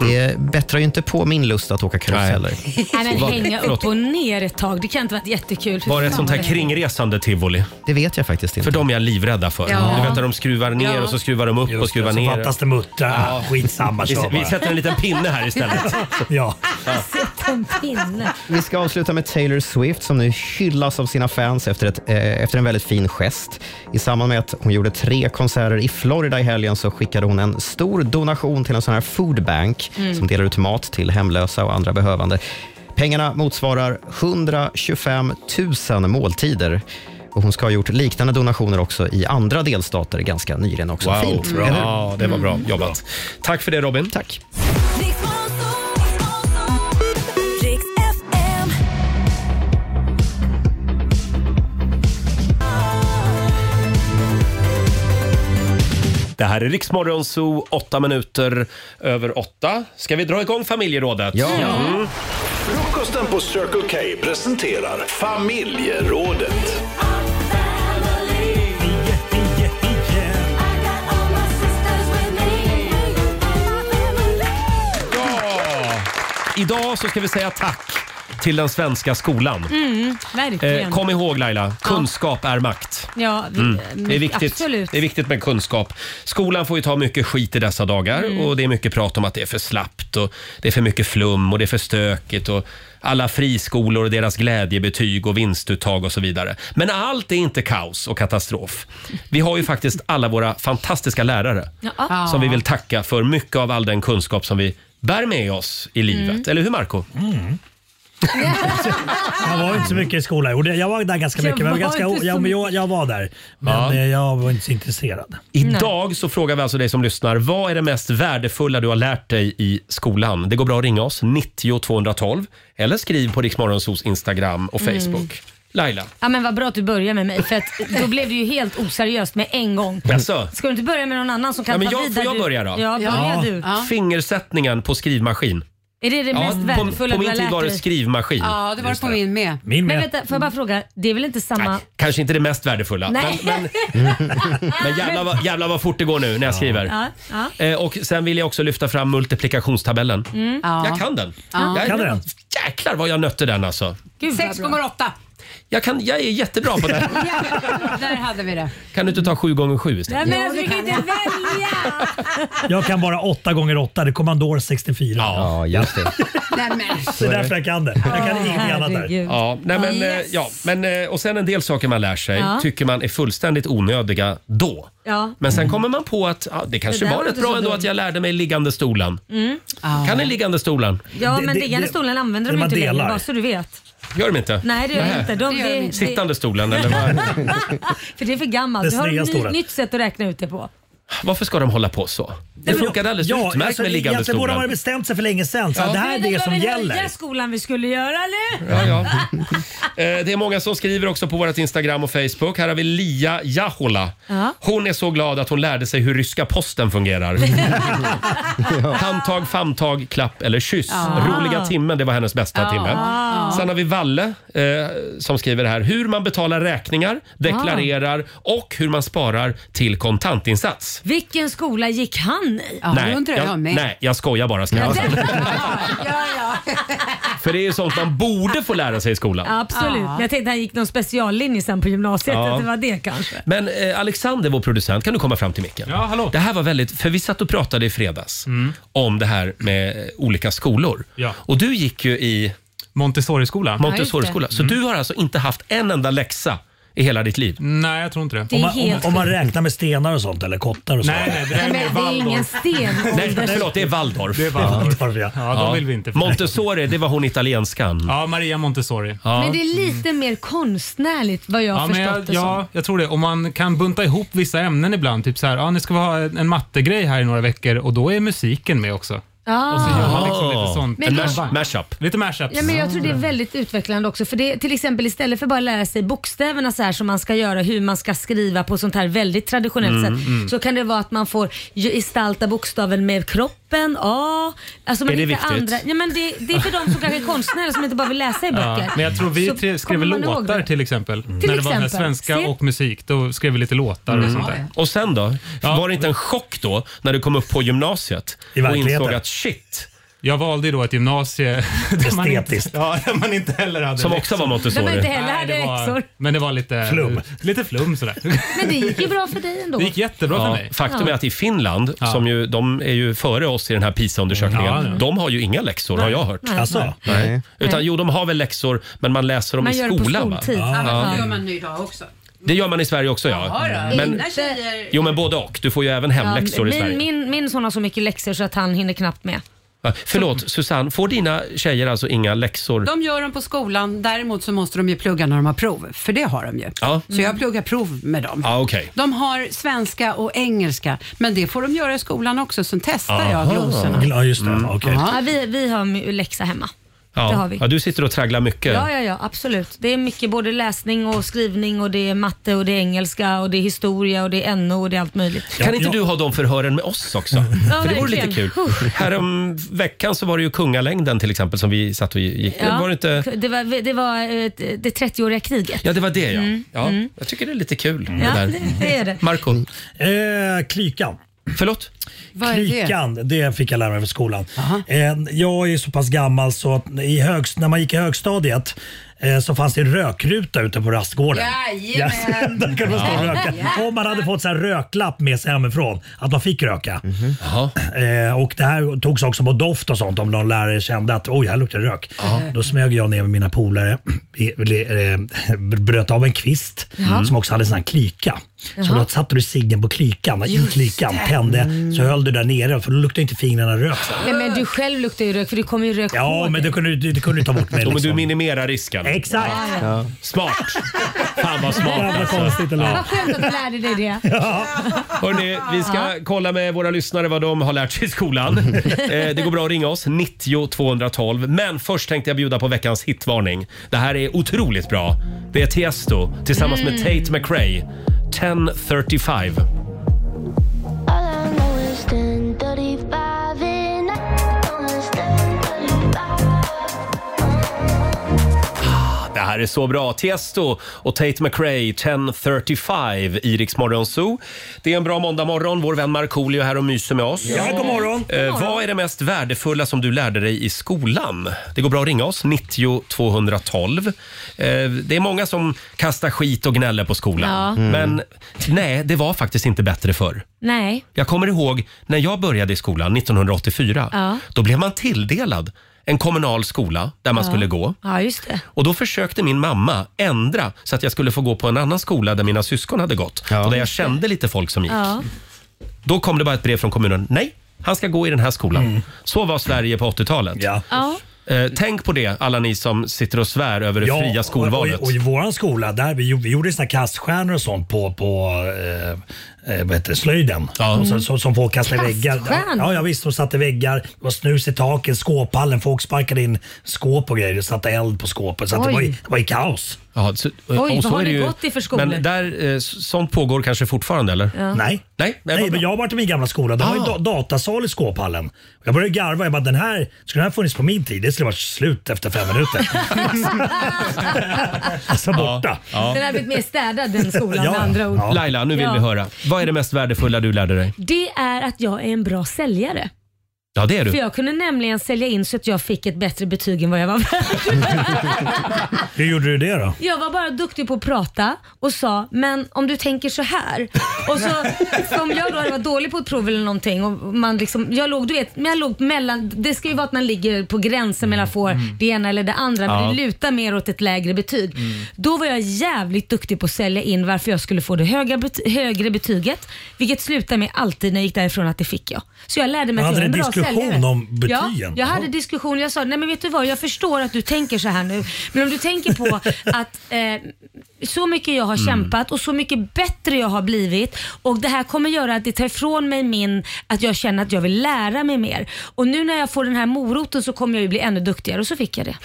Det bättrar ju inte på min lust att åka karuseller.
Nej, men
Var-
hänga
förlåt.
upp och ner ett tag, det kan inte varit jättekul. Fy
Var det ett
fan,
sånt
vad
här
det-
kringresande tivoli?
Det vet jag faktiskt inte.
För de är jag livrädda för.
Ja.
Du vet när de skruvar ner
Ja.
och så skruvar de upp och skruvar
så
ner.
fattas det muttrar. Ah, skitsamma,
vi,
kör
vi
bara.
sätter en liten pinne här istället.
*laughs* ja.
Sätt en pinne.
Vi ska avsluta med Taylor Swift som nu hyllas av sina fans efter, ett, eh, efter en väldigt fin gest. I samband med att hon gjorde tre konserter i Florida i helgen så skickade hon en stor donation till en sån här foodbank
Mm.
som delar ut mat till hemlösa och andra behövande. Pengarna motsvarar 125 000 måltider. Och hon ska ha gjort liknande donationer också i andra delstater ganska nyligen också.
Wow,
Fint,
bra.
eller hur? Mm.
Ja, det var bra jobbat. Tack för det Robin.
Tack.
Riks FM.
Det här är Riksmorgon Zoo, åtta minuter över åtta. Ska vi dra igång familjerådet?
Ja. Ja.
Mm.
Frukosten på Circle K presenterar familjerådet.
Idag så ska vi säga tack till den svenska skolan.
Mm, verkligen.
Eh, kom ihåg Laila, kunskap är makt.
Ja, vi-
Mm. Det, är
mycket-
viktigt.
Eh, absolut.
det är viktigt med kunskap. Skolan får ju ta mycket skit i dessa dagar
Mm.
och det är mycket prat om att det är för slappt och det är för mycket flum och det är för stökigt och alla friskolor och deras glädjebetyg och vinstuttag och så vidare. Men allt är inte kaos och katastrof. Vi har ju faktiskt alla våra fantastiska lärare
Ja.
som vi vill tacka för mycket av all den kunskap som vi bär med oss i livet.
Mm.
Eller hur Marco?
Mm. Jag var inte så mycket i skolan. Jo, det- Jag var där ganska
Jag
mycket. Men jag, var
var
ganska,
inte så
jag, jag, jag var där. Men
Ja.
eh, jag var inte så intresserad.
Idag så frågar vi alltså dig som lyssnar, vad är det mest värdefulla du har lärt dig i skolan? Det går bra att ringa oss, 90 212 eller skriv på Riksmorgonsos Instagram och Facebook.
Mm.
Laila,
Ja men vad bra att du börjar med mig för att då blev det ju helt oseriöst med en gång.
Jaså?
Ska du inte börja med någon annan som kan
ja, men
ta
jag,
vid
får
där
jag
du...
börja då?
Ja, börja du.
Fingersättningen på skrivmaskin.
Är det det
Ja,
mest värdefulla
på, på
du
min
har
tid
lärt
var det
dig?
skrivmaskin. Just det.
min med.
Min med.
Men vänta, får jag bara fråga, det är väl inte samma...
Kanske inte det mest värdefulla,
Nej.
men, men, men jävlar, vad, jävlar vad fort det går nu när jag skriver.
Ja, *laughs* ja.
Eh, och Sen vill jag också lyfta fram multiplikationstabellen.
Mm.
Jag kan den.
Ja.
Jag,
Kan du den?
Jäklar vad jag nötte den alltså.
6,8.
Jag, kan, jag är jättebra på
*laughs*
det.
Där hade vi det.
Kan du inte ta sju gånger sju istället?
Nej, men alltså, vi kan inte välja.
Jag kan bara 8 gånger 8 Det är Commodore 64.
Ja, just det.
Nej, men.
Det är därför jag kan det. Jag kan
Ah,
Åh,
ingenting annat där.
herregud.
Ja, nej men, eh,
Yes.
ja, men, eh, och sen en del saker man lär sig
Ja.
tycker man är fullständigt onödiga då.
Ja.
Men sen kommer man på att ja, det kanske var
Mm. Det där var
rätt
inte
bra
så
ändå
dumt.
att jag lärde mig liggande stolen.
Mm.
Kan ni liggande stolen?
Ja, men liggande stolen använder de
det
ju inte
man
längre
delar.
bara så du vet.
Gör de inte?
Nej, det gör de
Nähä.
inte. De,
Det gör de
det,
inte.
det,
Sittande stolen eller vad,
*laughs* för det är för
Det
gammalt. Vi har
snygga
ett ny,
stolen.
nytt sätt att räkna ut det på.
varför ska de hålla på så? Det funkade alldeles utmärkt
alltså,
med liggande
egentligen borde man ha
stolen.
bestämt sig för länge sedan. Så
Ja.
Det här är
Men
det
det
som
var väl
gäller.
Höja skolan vi skulle göra eller?
Ja, ja. Eh, Det är många som skriver också på vårt Instagram och Facebook. Här har vi Lia Jahola.
*laughs* Ja.
Hon är så glad att hon lärde sig hur ryska posten *laughs* fungerar. Handtag, famntag, klapp eller kyss.
Ja.
Roliga timmen, det var hennes bästa
Ja.
timme. Sen har vi Valle eh, som skriver här. Hur man betalar räkningar, deklarerar och hur man sparar till kontantinsats.
Vilken skola gick han i?
nej, jag skojar bara.
*laughs*
Ska jag. säga. För det är ju sånt man borde få lära sig i skolan.
Absolut.
Ja.
Jag tänkte han gick någon speciallinje sen på gymnasiet.
Ja.
Att det var det kanske.
Men eh, Alexander, vår producent, kan du komma fram till micken? Ja, hallå. Mm. Det här var väldigt, för vi satt och pratade i fredags om det här med eh, olika skolor.
Ja.
Och du gick ju i...
Montessori-skola.
Montessori-skola.
Ja, just
Så
det.
du har alltså inte haft en enda läxa i hela ditt liv?
Nej, jag tror inte Om man, om, om man räknar med stenar och sånt eller kottar och sånt.
Nej, nej,
det är Nej, men det är Waldorf. ingen *laughs* stenålder.
Nej, förlåt, det är *laughs* Waldorf.
Det är Waldorf. ja.
Ja, de vill vi inte Montessori, det var hon italienskan.
Ja, Maria Montessori.
Men det är lite mer konstnärligt vad jag har
Ja, men
förstått
jag,
det som.
ja, jag tror det. Och man kan bunta ihop vissa ämnen ibland. Typ så här, ja, nu ska vi ha en en mattegrej här i några veckor och då är musiken med också.
Ah.
Och så gör man liksom lite sånt.
Men En det- mash-
mashup.
Lite mashups. Mm.
Ja, men jag tror det är väldigt utvecklande också. För det, till exempel istället för bara att lära sig bokstäverna så här som man ska göra, hur man ska skriva på sånt här väldigt traditionellt
Mm,
sätt.
mm.
Så kan det vara att man får ju- gestalta bokstaven med kroppen, A. Alltså man
Är det
hittar
viktigt?
andra. Ja, men det, det är för de som kanske är konstnärer som inte bara vill läsa i böcker.
Ja, men jag tror vi
Så
tre skrev
kommer man ihåg
låtar
det.
till exempel.
Till
När det var den här
exempel.
svenska
Se.
och musik, då skrev vi lite låtar och
Mm.
sånt där.
Och sen då? Var det inte en chock då när du kom upp på gymnasiet och
verkligheten.
insåg att shit.
Jag valde ju då ett gymnasie Eh, där man inte, ja, där man inte heller hade
Som också
läxor.
var Montessori. Där man inte heller
Nej, det
hade
var-
läxor.
Men det var lite
Flum.
Lite flum sådär.
Men det gick ju bra för dig ändå.
jättebra för mig.
Faktum
Ja.
är att i Finland, som ju, de är ju före oss i den här PISA-undersökningen,
Ja, ja.
de har ju inga läxor har jag hört.
Nej. Alltså?
Nej.
Nej.
Utan
Nej.
jo, de har väl läxor, men man läser dem
Man
i
gör det på
skolan. va?
skoltid. Ja, men det gör
Ja.
man nu idag också.
Det gör man i Sverige också ja.
Ja, då.
Men,
Mina tjejer...
jo, men både och. Du får ju även hemläxor i
min,
Sverige.
Min, min son har så mycket läxor så att han hinner knappt med.
Ja, Förlåt, Susanne. Får dina tjejer alltså inga läxor?
De gör dem på skolan, däremot så måste de ju plugga när de har prov, för det har de ju.
Ja.
Så jag pluggar prov med dem.
Ja, okej.
De har svenska och engelska, men det får de göra i skolan också, sen testar
Aha.
jag glosorna.
Ja, just det. Okej.
Ja, vi, vi har my- läxa hemma.
Ja.
Det har vi.
Ja, du sitter och tragglar mycket.
Ja, ja, ja, absolut. Det är mycket både läsning och skrivning och det är matte och det är engelska och det är historia och det är NO och det är allt möjligt.
Kan inte du ha de förhören med oss också? För det vore lite kul.
verkligen. Huh.
Härom veckan så var det ju kungalängden till exempel som vi satt och gick.
Ja,
Var det inte...
det var det, var, eh, det 30-åriga kriget.
Ja, det var det ja.
Mm,
ja
mm.
Jag tycker det är lite kul.
Ja,
det
det- det är det.
Marco
Eh, klykan.
Förlåt?
Vad Klykan, det? fick jag lära mig från skolan. Eh, jag är så pass gammal så att i högst, när man gick i högstadiet eh, så fanns det en rökruta ute på rastgården.
Jajamän.
*laughs* Där kunde man stå och
Ja.
röka. Om man hade fått så här röklapp med sig hemifrån, att man fick röka. Eh, och Det här togs också på doft och sånt om någon lärare kände att oj, här luktar det rök. Då smög jag ner med mina polare, vi- vi- eh, bröt av en kvist
Jaha.
som också hade en sån här klyka. Så
Jaha.
då satte du ciggen på klykan, i
Just
klykan,
det. Mm.
tände, så höll du där nere för då luktade inte fingrarna rök. sen.
Nej, men du själv luktar ju rök för det kommer ju rök
Ja,
på
men det kunde du, det kunde du ta
*laughs*
bort med.
Jo, men
Liksom.
du minimerar risken.
Exakt.
Ja. Smart! Fan vad smart.
Jävla
alltså.
konstigt, eller
*laughs*
hur?
Vad skönt att du lärde dig det.
Hörrni, vi ska kolla med våra lyssnare vad de har lärt sig i
*laughs*
skolan. Eh, Det går bra att ringa oss, 90 212. Men först tänkte jag bjuda på veckans hitvarning. Det här är otroligt bra. Det är Tiesto tillsammans med
Mm.
Tate McRae. 1035. Det här är så bra. Tiesto och Tate McRae, 1035 i Rix Morgon Zoo. Det är en bra måndagmorgon. Vår vän Markoolio är här och myser med oss.
Ja, god morgon.
Eh, vad är det mest värdefulla som du lärde dig i skolan? Det går bra att ringa oss, 90 212. Eh, det är många som kastar skit och gnäller på skolan.
Ja. Mm.
Men nej, det var faktiskt inte bättre förr.
Nej.
Jag kommer ihåg när jag började i skolan 1984.
Ja.
Då blev man tilldelad en kommunal skola där man
Ja.
skulle gå.
Ja, just det.
Och då försökte min mamma ändra så att jag skulle få gå på en annan skola där mina syskon hade gått och där jag kände lite folk som gick. *laughs*
Ja.
Då kom det bara ett brev från kommunen. Nej, han ska gå i den här skolan. Så var Sverige på 80-talet.
Ja.
Eh, tänk på det, alla ni som sitter och svär över det fria skolvalet.
Och, och, och i vår skola, där vi, gjorde- vi gjorde såna kaststjärnor och sånt på, på eh, eh, vad heter det, slöjden. Och så, så, som folk kastade i väggar.
Kaststjärnor?
Ja, ja, visst. De satte i väggar, det var snus i taket, skåphallen. Folk sparkade in skåp och grejer och satte eld på skåpet. Så att det,
Oj.
var, ju- det var ju kaos.
Ja, Eh, så,
Oj, vad har
det
ni gått i för skolor?
Men där, eh, s- sånt pågår kanske fortfarande eller?
Ja.
Nej.
Nej, Ah.
Nej, men jag har varit i min gamla skola. Det var ju da- datasal i skåphallen. Jag började garva. Jag bara, den här, skulle den här funnits på min tid? Det skulle varit slut efter fem minuter. alltså borta.
Den har blivit mer städad den skolan med andra ord.
Laila, nu vill
Ja.
vi höra. Vad är det mest värdefulla du lärde dig?
Det är att jag är en bra säljare.
Ja, det är du.
För jag kunde nämligen sälja in så att jag fick ett bättre betyg än vad jag var *laughs* värd.
Hur gjorde du det då?
Jag var bara duktig på att prata och sa, men om du tänker så här. Och så, för om jag då hade varit dålig på ett prov eller någonting och man liksom, jag låg, du vet, men jag låg mellan, det ska ju vara att man ligger på gränsen mellan att få
Mm.
det ena eller det andra, men
Ja.
det lutar mer åt ett lägre betyg.
Mm.
Då var jag jävligt duktig på att sälja in varför jag skulle få det höga bet- högre betyget, vilket slutade med alltid när jag gick därifrån att det fick jag. Så jag lärde mig att
Hade
jag är en
ni
bra
diskussion
säljare.
om
Ja,
betygen?
jag hade diskussion. Jag sa, nej men vet du vad, jag förstår att du tänker så här nu. Men om du tänker
*laughs*
på att eh, så mycket jag har
Mm.
kämpat och så mycket bättre jag har blivit och det här kommer göra att det tar ifrån mig min, att jag känner att jag vill lära mig mer. Och nu när jag får den här moroten så kommer jag ju bli ännu duktigare och så fick jag det.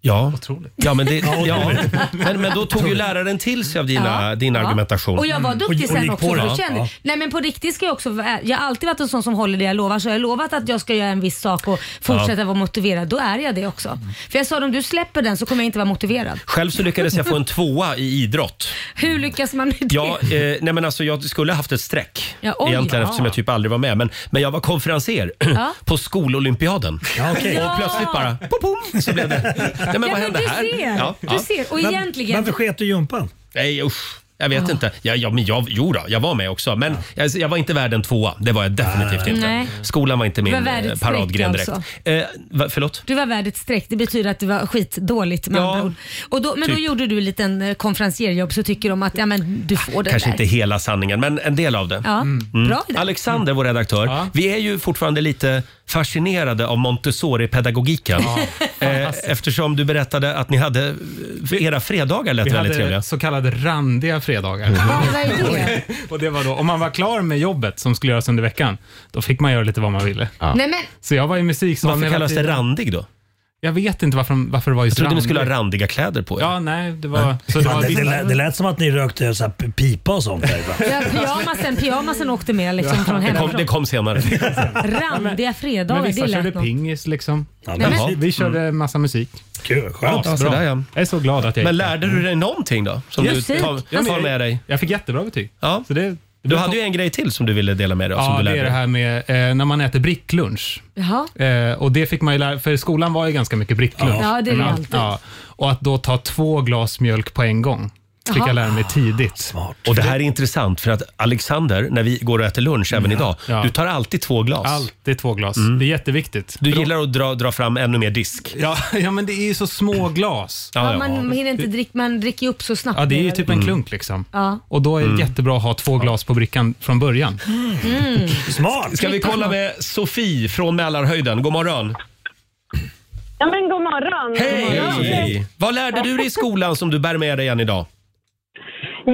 Ja, ja, men, det,
Ja,
ja.
otroligt.
Men, men då tog ju läraren till sig av dina, din argumentation.
Mm. Och jag var duktig sen också. Då kände, Nej men på riktigt ska jag också vara- Jag har alltid varit en sån som håller det jag lovar. Så jag har lovat att jag ska göra en viss sak och fortsätta
Ja. Mm.
vara motiverad. Då är jag det också. För jag sa om du släpper den så kommer jag inte vara motiverad.
Själv så lyckades jag få en tvåa i idrott.
Hur lyckas man med det?
Ja, eh, nej men alltså jag skulle haft ett streck
Ja, oj,
egentligen
ja.
eftersom jag typ aldrig var med. Men, men jag var konferenser *clears throat*
Ja.
på skololympiaden.
okej.
Och plötsligt bara pom, pom, så blev det. Nej, men
Ja,
vad
men
hände
du
här?
ser. Du ser. Och egentligen-
Varför sket du i gympan?
Nej usch. Jag vet inte. Ja, ja, men jag, jo då, jag var med också. Men jag, jag var inte värd en tvåa. Det var jag definitivt
Nej.
inte.
Nej.
Skolan var inte min
Du var värd ett
eh,
streck
paradgren direkt.
alltså.
Eh, va, förlåt?
Du var värd ett streck. Det betyder att det var skitdåligt med andra ord. Och då, Men då
typ.
gjorde du en liten eh, konferensierjobb så tycker de att ja, men du får den
Kanske
där.
inte hela sanningen, men en del av det. Mm.
Ja, bra idé.
Alexander, vår redaktör, vi är ju fortfarande lite fascinerade av Montessori-pedagogiken. eh, eftersom du berättade att ni hade, eh, era fredagar lät
Vi
väldigt
hade
trevliga. Mm.
så kallade randiga fredagar. *laughs* och det var då, om man var klar med jobbet som skulle göras under veckan, då fick man göra lite vad man ville.
Nej, men-
Så jag var i musiksalen
Varför
hela
kallas det
tiden.
randig då?
Jag vet inte varför, varför det var
Jag
just
trodde ni
randig.
skulle ha randiga kläder på er.
Ja, nej, det var... Så det,
Fan,
var
det, det, lät, det lät som att ni rökte så här p- pipa och sånt. Där, va?
Ja, pyjamasen, pyjamasen åkte med liksom från
det, kom,
hemifrån.
det kom senare.
Randiga fredagar,
Men
det
vissa
lät
körde
något.
pingis liksom.
men-
vi, vi körde
Mm.
massa musik.
Kul,
skönt. Ja, så där, ja.
Jag är så glad att jag
Men
gick
lärde du dig någonting då? Som
Yes.
du tar,
Ja, men-
tar med dig?
Jag fick jättebra betyg.
Ja. du hade ju en grej till som du ville dela med dig av. som
Ja,
du lärde
det är det
dig.
här med eh, när man äter bricklunch.
Jaha.
Eh, och det fick man ju lära, för skolan var ju ganska mycket bricklunch.
Ja, det är det
Mm.
alltid.
Ja. Och att då ta två glas mjölk på en gång fick
Jaha.
jag lära mig tidigt.
Och det här är intressant för att Alexander, när vi går och äter lunch även idag, du tar alltid två glas.
Mm.
Mm.
Alltid två glas. Det är jätteviktigt.
Du gillar att dra, dra fram ännu mer disk.
Ja, *laughs* ja, men det är ju så små glas.
Ja, man hinner inte dricka, man dricker ju upp så snabbt.
Ja, det är ju typ en
Mm.
klunk liksom.
Ja.
Och då är det jättebra att ha två glas på brickan från början.
*laughs*
Mm.
Smart! Ska vi kolla med Sofie från Mälarhöjden? God morgon!
Ja, men god morgon. God morgon.
Hej! Vad lärde du dig i skolan som du bär med dig än idag?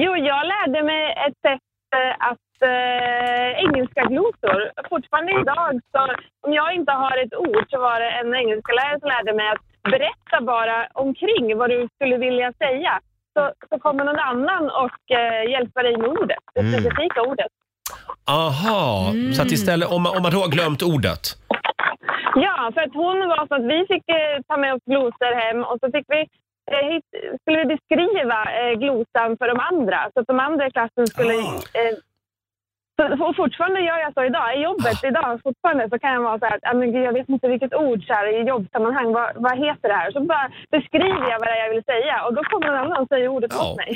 Jo, jag lärde mig ett sätt eh, att eh, engelska glosor. Fortfarande idag, så om jag inte har ett ord så var det en engelskalärare som lärde mig att berätta bara omkring vad du skulle vilja säga. Så, så kommer någon annan och eh, hjälpa dig med ordet, det
Mm.
specifika ordet.
Aha, Mm. så att istället, om man, om man då har glömt ordet.
Ja, för att hon var så att vi fick eh, ta med oss glosor hem och så fick vi eh, hit, skulle vi beskriva eh, glosan för de andra så att de andra i klassen skulle...
Ah.
Eh, så, och fortfarande gör jag så idag. I jobbet
Ah.
idag fortfarande så kan jag vara så här att "Ah, men gud, jag vet inte vilket ord så här, i jobbsammanhang. Vad, vad heter det här? Så bara beskriver jag vad det är jag vill säga och då kommer någon annan och säger ordet åt mig.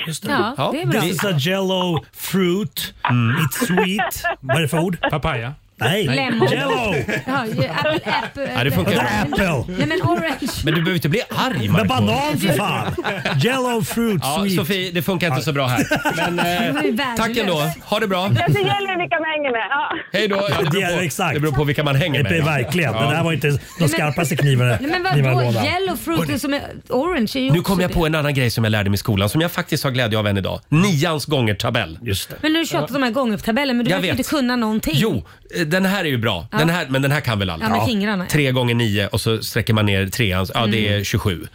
This is a jello fruit.
Mm.
It's
*laughs*
sweet. Vad är det för ord?
Papaya.
Nej,
Lemon.
jello.
*laughs* Ja, ju apple, apple,
Nej, det funkar inte.
Apple.
Nej men orange.
Men du behöver inte bli arg,
Men
Marco.
banan för fan. Jello fruit
Ja,
sweet.
Sofie, det funkar inte så bra här. Men,
Det är
eh,
värdelöst.
tack ändå. Ha det bra.
Ja, Det gäller vilka man hänger med. Ja.
Hej då. Ja, det, beror på, det beror på vilka man hänger med.
Det är verkligen. Den här var inte de
men-
skarpaste knivarna
Nej men
knivarna i
vadå?
lådan.
Yellow fruit är som är orange är ju
Nu
också
kom jag
det.
på en annan grej som jag lärde mig i skolan som jag faktiskt har glädje av än idag. Nians gånger-tabell.
Just det.
Men nu kör på de här gångertabellen men du
Jag
verkar
vet.
inte kunna någonting.
Jo, eh, den här är ju bra.
Ja.
Den här, men den här kan väl alla?
Ja, med fingrarna, ja.
Tre gånger nio och så sträcker man ner trean. Ja, det är
Mm.
27.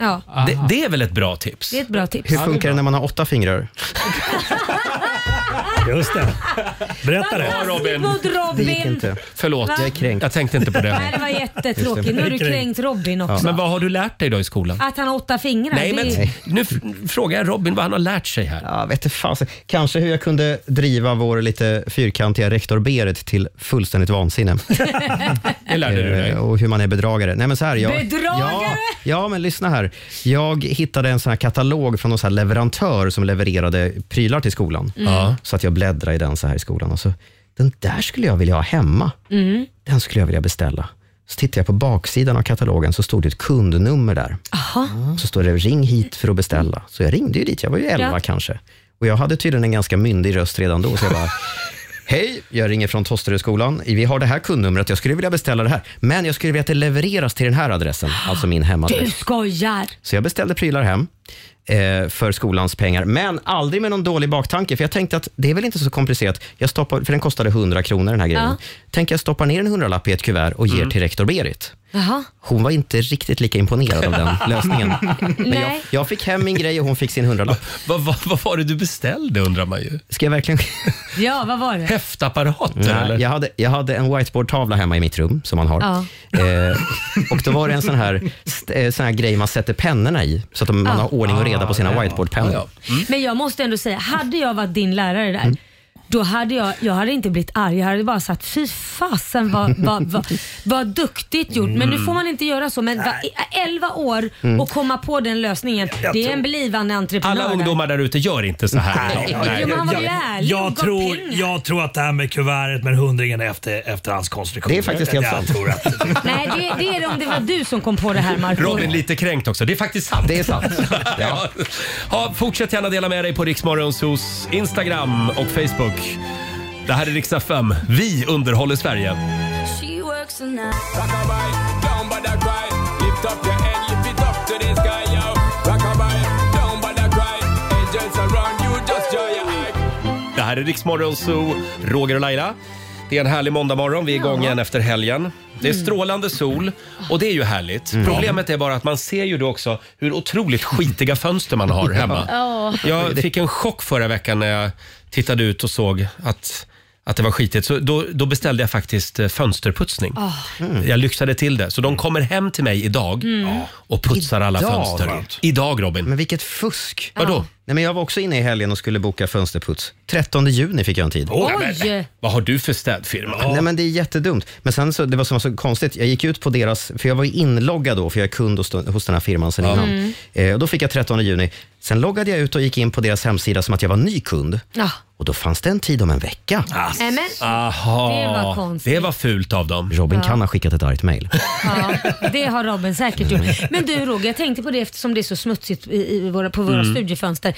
Ja,
Det, det är väl ett bra tips?
det är ett bra tips.
Hur funkar det när man har åtta fingrar?
Just det. Berätta det.
Ja, Robin. mot Robin. Det gick inte.
Förlåt,
Va? Jag är kränkt.
jag tänkte inte på det.
*laughs* Nej, det var
Just
jättetråkigt.
det.
Nu har du kränkt Robin också.
Men vad har du lärt dig då i skolan?
Att han har åtta fingrar.
Nej,
det
men
är-
nu f- frågar jag Robin vad han har lärt sig här.
Ja, vet du fan. Kanske hur jag kunde driva vår lite fyrkantiga rektor Berit till fullständigt vansinne.
*laughs*
Eh,
Det lärde du dig.
Och hur man är bedragare. Nej, men så här, jag,
Bedragare!
Ja, men lyssna här. Jag hittade en sån här katalog från någon sån här leverantör som levererade prylar till skolan.
Mm. Ja.
Så att jag bläddrade i den så här i skolan. Och så, den där skulle jag vilja ha hemma.
Mm.
Den skulle jag vilja beställa. Så tittade jag på baksidan av katalogen så stod det ett kundnummer där.
Mm.
Så står det ring hit för att beställa. Så jag ringde ju dit, jag var ju 11
Ja.
kanske. Och jag hade tydligen en ganska myndig röst redan då. Så
*laughs*
jag bara, hej, jag ringer från Tosterödsskolan. Vi har det här kundnumret, jag skulle vilja beställa det här. Men jag skulle vilja att det levereras till den här adressen, alltså
*gasps*
min
Du
hemadress.
skojar!
Så jag beställde prylar hem eh, för skolans pengar, men aldrig med någon dålig baktanke. För jag tänkte att det är väl inte så komplicerat. Jag stoppar, för den kostade 100 kronor den här grejen.
Ja. Mm.
Tänk jag stoppar ner en hundralapp i ett kuvert och ger till rektor Berit.
Jaha.
Hon var inte riktigt lika
*laughs*
imponerad av den lösningen. Men jag,
Nej.
jag fick hem min grej och hon fick sin hundralapp.
Vad va, va var det du beställde undrar man ju.
Ska jag verkligen...
Ja, vad var det?
Häftapparater eller?
Nej, jag, hade, jag hade en whiteboardtavla hemma i mitt rum som man har.
Ja.
Eh, och då var det en sån här, st- eh, sån här grej man sätter pennorna i så att de- man
Ja.
har ordning och reda på
Ah,
sina
ja.
whiteboardpennor.
Mm.
Men jag måste ändå säga, hade jag varit din lärare där, då hade jag, jag hade inte blivit arg. Jag hade bara sagt, fy fasen vad, vad, vad, vad duktigt gjort. Men nu får man inte göra så. Men va, 11 år
Mm.
och komma på den lösningen, det är en blivande entreprenör.
Alla
där.
ungdomar där ute gör inte så här.
Nej,
Jo, men han var ju ärlig och
Jag
gav
tror,
pengar.
jag tror att det här med kuvertet med hundringen är efter, efter hans konstruktion.
Det är faktiskt helt
jag
sant.
Tror att,
Nej, det, det är det om det var du som kom på det här Marco.
Robin lite kränkt också. Det är faktiskt sant. Det är *laughs* sant. ja. Ja, fortsätt gärna dela med dig på Riksmorgonsos Instagram och Facebook. Det här är Riksdag 5. Vi underhåller Sverige.
She works a
Det här är Riksmorgonso, Roger och Laila. Det är en härlig måndagmorgon. Vi är igång igen efter helgen. Det
Mm.
är strålande sol och det är ju härligt.
Mm.
Problemet är bara att man ser ju då också hur otroligt skitiga fönster man har hemma.
Ja.
Jag fick en chock förra veckan när jag tittade ut och såg att, att det var skitigt. Så då, då beställde jag faktiskt eh, fönsterputsning.
Ah.
Mm. Jag lyxade till det. Så de kommer hem till mig idag
Mm.
och putsar alla
Idag,
fönster.
skönt.
Idag Robin.
Men vilket fusk!
Vadå? Ja.
Nej, men jag var också inne i helgen och skulle boka fönsterputs. 13 juni fick jag en tid.
Åh, Oj. men, Vad har du för städfirma?
Nej men det är jättedumt. Men sen så, det var så, så konstigt, jag gick ut på deras, för jag var ju inloggad då, för jag är kund hos, hos den här firman sen
Ja.
innan.
Mm.
Eh, och då fick jag 13 juni. Sen loggade jag ut och gick in på deras hemsida som att jag var ny kund.
Ja.
Och då fanns det en tid om en vecka.
Nej, men,
Aha,
Det var konstigt.
Det var fult av dem.
Robin
Ja.
kan ha skickat ett
*laughs*
argt mejl.
Ja, det har Robin säkert gjort. Men du Roger, jag tänkte på det eftersom det är så smutsigt i, i våra, på våra
Mm.
studiefönster.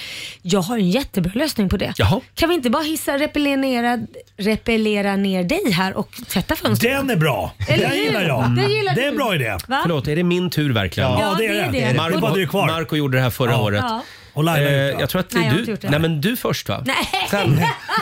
Jag har en jättebra lösning på det.
Jaha.
Kan vi inte bara hissa repellera, repellera ner dig här och tvätta fönstren?
Den är bra.
Eller
Den
hur?
gillar jag.
Den gillar
det är en
du.
bra idé.
Va?
Förlåt, är det min tur verkligen?
Ja, Ja, det är det är det. det. Det
Marco,
var du kvar.
Marco gjorde det här förra
Ja.
året.
Ja.
Och Laila
Eh,
gjort, va?
jag tror att det är
Nej, jag har
du.
inte gjort det.
Nej, men du först va?
Nej,
Sen.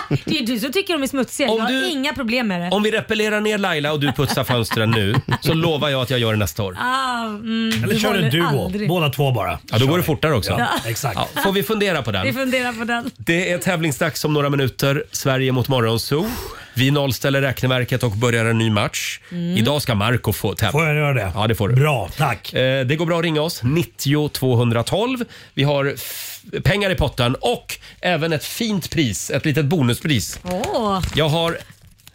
*laughs* det är du som tycker de är smutsiga. jag har inga problem med det.
Om vi repellerar ner Laila och du putsar fönstren
*laughs*
nu så lovar jag att jag gör det nästa år.
Ah, mm,
Eller
du
kör
håller
en duo.
aldrig.
Båda två bara.
Ja, då går det fortare också.
Ja,
exakt.
Ja, får vi fundera på
Vi
den?
funderar på den.
Det är tävlingsdags om några minuter. Sverige mot Morgonzoo. Vi nollställer räkneverket och börjar en ny match.
Mm.
Idag ska Marco få tävla.
Får jag göra det?
Ja, det får du.
Bra, tack.
Eh, Det går bra att ringa oss. 90 212. Vi har f- pengar i potten och även ett fint pris, ett litet bonuspris.
Åh.
Jag har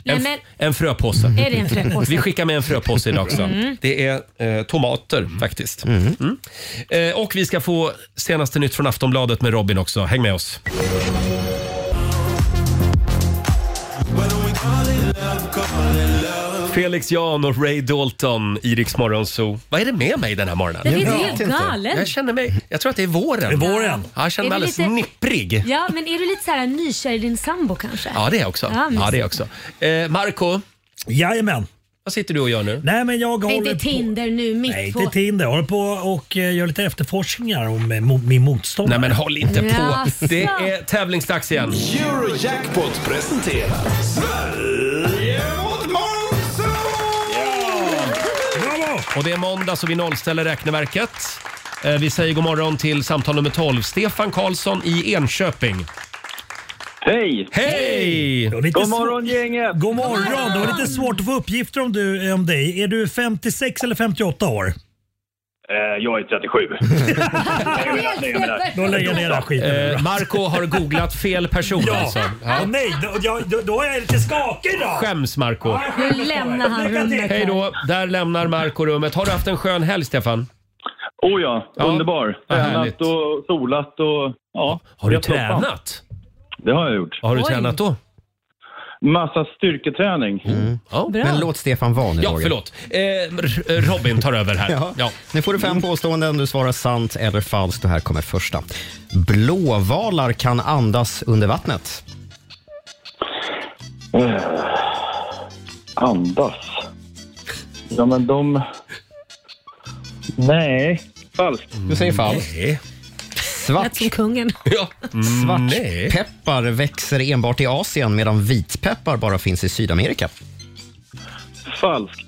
Nej,
en,
men-
en fröpåse.
Är det en fröpåse?
Vi skickar med en fröpåse idag också.
Mm.
Det är eh, tomater faktiskt. Mm. Eh, och vi ska få senaste nytt från Aftonbladet med Robin också. Häng med oss. Felix Jan och Ray Dalton i Rix Morgonzoo. Vad är det med mig den här morgonen?
Det är Jag helt vet inte. galen.
Jag känner mig... Jag tror att det är våren.
Det är våren.
Ja, jag känner mig
Är det
alldeles
lite-
nipprig.
Ja, men är du lite så här nykär i din sambo kanske?
Ja, det är jag också.
Ja, men-
Ja, det är jag också. Eh, Marco.
Jajamän.
Vad sitter du och gör nu?
Nej, men jag
Nej,
håller
inte Tinder nu mitt
Nej,
på.
inte Tinder. Jag håller på och eh, gör lite efterforskningar om eh, mo- min motståndare.
Nej, men håll inte på.
Jaså.
Det är tävlingsdags igen.
Eurojackpot presenterar Sverige mot
Och det är måndag så vi nollställer räkneverket. Eh, Vi säger god morgon till samtal nummer 12, Stefan Karlsson i Enköping.
Hej!
Hej!
Det var lite
God
svår-
morgon gänget!
God morgon! Det var lite svårt att få uppgifter om, du, eh, om dig. Är du 56 eller 58 år?
Eh, jag är 37.
Då lägger jag ner den här skiten.
Eh, Marco har googlat fel person
Ja.
alltså. Ja.
Åh, nej, då, jag, då, då är jag lite skakig idag.
Skäms Marco.
Nu lämnar han rummet.
Hej då, där lämnar Marco rummet. Har du haft en skön helg Stefan?
Oh ja,
Ja.
underbar.
Vad
Tränat
härligt.
och solat och ja.
Har du
jag toppar.
tränat?
Det har jag gjort.
Har du
Oj.
tränat då? Mm.
Massa styrketräning.
Men låt Stefan vara nu,
Ja,
Roger.
förlåt. Eh, R- eh, Robin tar över här.
Ja.
Ja.
Nu får du fem påståenden. Du svarar sant eller falskt. Det här kommer första. Blåvalar kan andas under vattnet.
Andas. Ja men de... Nej. Falskt.
Du säger falskt.
Nej.
Lät som kungen.
Ja.
Svartpeppar växer enbart i Asien medan vitpeppar bara finns i Sydamerika.
Falskt.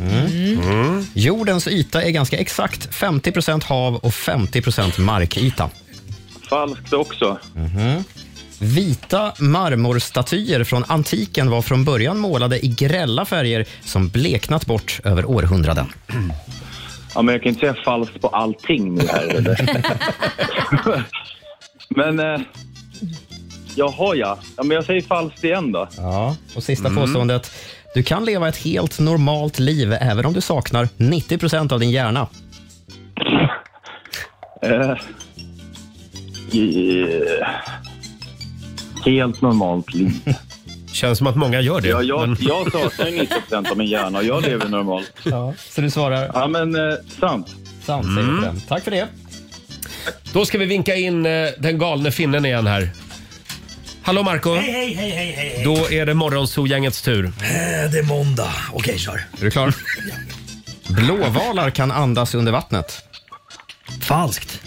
Mm. Jordens yta är ganska exakt 50 hav och 50 markyta.
Falskt också.
Mhm. Vita marmorstatyer från antiken var från början målade i grälla färger som bleknat bort över århundraden.
Ja, men jag kan inte säga falskt på allting nu här. Eller? *laughs* men... Eh, jaha, ja. ja. Men jag säger falskt igen då.
Ja, och sista
Mm.
påståendet. Du kan leva ett helt normalt liv även om du saknar 90 av din hjärna.
Eh, i, helt
*laughs*
normalt liv.
Känns som att många gör det.
Ja, jag,
men-
jag saknar 90 procent av min hjärna och jag lever normalt.
Ja, så du svarar?
Ja, men eh, sant.
Sant
säger Mm. den.
Tack för det.
Då ska vi vinka in eh, den galne finnen igen här. Hallå Marco.
Hej, hej, hej, hej, hej. hej.
Då är det Morgonzoo-gängets tur.
Eh, Det är måndag. Okej, kör.
Är du klar? Blåvalar kan andas under vattnet.
Falskt.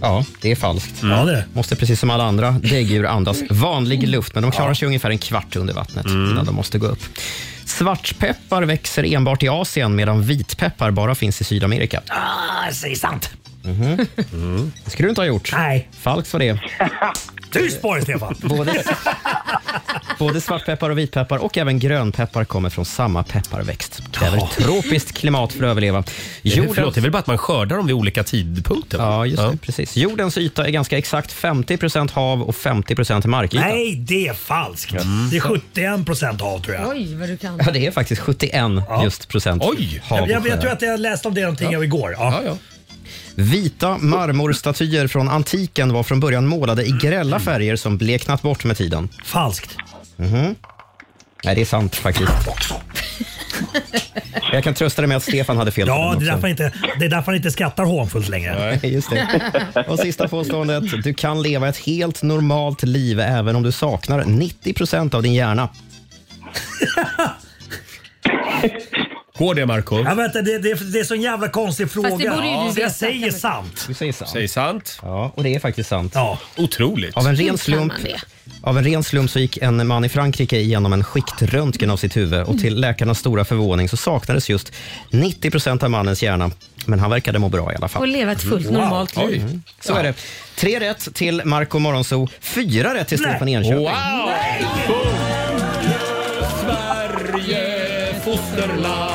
Ja, det är falskt.
Ja, det.
Måste precis som alla andra däggdjur andas vanlig luft, men de klarar sig ungefär en kvart under vattnet
Mm.
innan de måste gå upp. Svartpeppar växer enbart i Asien medan vitpeppar bara finns i Sydamerika.
Ah, jag säger sant.
Mhm. Det skulle du inte ha gjort.
Mm. Nej.
Falskt var det.
Tyst på dig, Stefan.
Både... Både svartpeppar och vitpeppar och även grönpeppar kommer från samma pepparväxt. Kräver tropiskt klimat för att överleva.
förlåt, det är väl bara att man skördar dem vid olika tidpunkter?
Ja, just det. Precis. Jordens yta är ganska exakt 50 hav och 50 markyta.
Nej, det är falskt.
Mm.
Det är 71 procent av, tror jag.
Oj, vad du kan.
Ja, det är faktiskt 71 just procent hav
Jag,
och
jag, jag
sjöar.
tror att jag läste om det någonting igår. Ja.
Vita marmorstatyer från antiken var från början målade i grälla färger som bleknat bort med tiden.
Falskt.
Mhm. Nej, det är
*laughs*
sant faktiskt. Jag kan trösta dig med att Stefan hade fel. på den
Ja, det
också.
är, därför han inte, det är därför han inte skrattar hånfullt längre.
Nej, *laughs* just det. Och sista påståendet. Du kan leva ett helt normalt liv även om du saknar 90 av din hjärna.
Går det Marco?
Ja, vänta, det, det, det är så en jävla konstig fråga.
det borde ju du
Så
veta.
jag säger sant.
Du säger sant.
Säg sant.
Ja, och det är faktiskt sant.
Ja.
Otroligt.
Av en
Hur
ren
kan
slump
man det?
av en ren slump så gick en man i Frankrike igenom en skiktröntgen av sitt huvud och till läkarnas stora förvåning så saknades just 90 av mannens hjärna. Men han verkade må bra i alla
Och
fall.
leva ett fullt
Wow.
normalt liv.
Mm. Så är det. Tre rätt till Marco Morgonzoo, fyra rätt till
Nej.
Stefan Enköping.
Sverige, fosterland.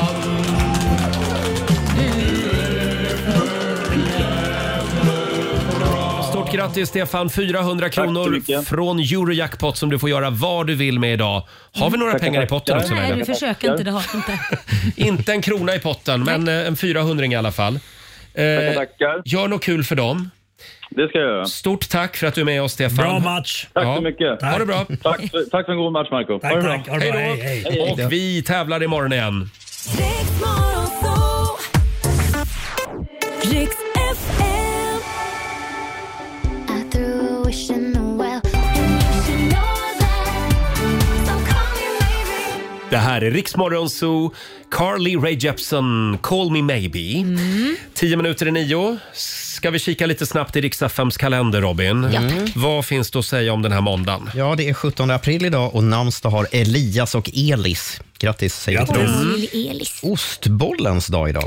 Stort grattis Stefan, 400 kronor från Eurojackpot som du får göra vad du vill med idag. Har vi några
Tackar,
pengar i potten
tackar.
också?
Nej,
Laila?
vi försöker inte. Det har vi inte.
Inte en krona i potten, men eh, en 400 i alla fall. Eh, Gör något kul för dem.
Det ska jag göra.
Stort tack för att du är med oss, Stefan.
Bra match. Tack så mycket.
Ha det bra.
Tack för, tack för en god match, Marco. Ha det bra.
Hej då. Och vi tävlar imorgon igen.
Riks FM. I threw a wish in the well. And you should know that. So call me maybe.
Det här är Riksmorgon Zoo, Carly Rae Jepsen, Call Me Maybe.
Mm.
Tio minuter i nio. Ska vi kika lite snabbt i Riks-FMs kalender, Robin?
Ja, tack.
Vad finns det att säga om den här måndagen?
Ja, det är 17 april idag och namnsdag har Elias och Elis. Grattis säger vi till
Grattis.
dem.
Oj,
Ostbollens dag idag.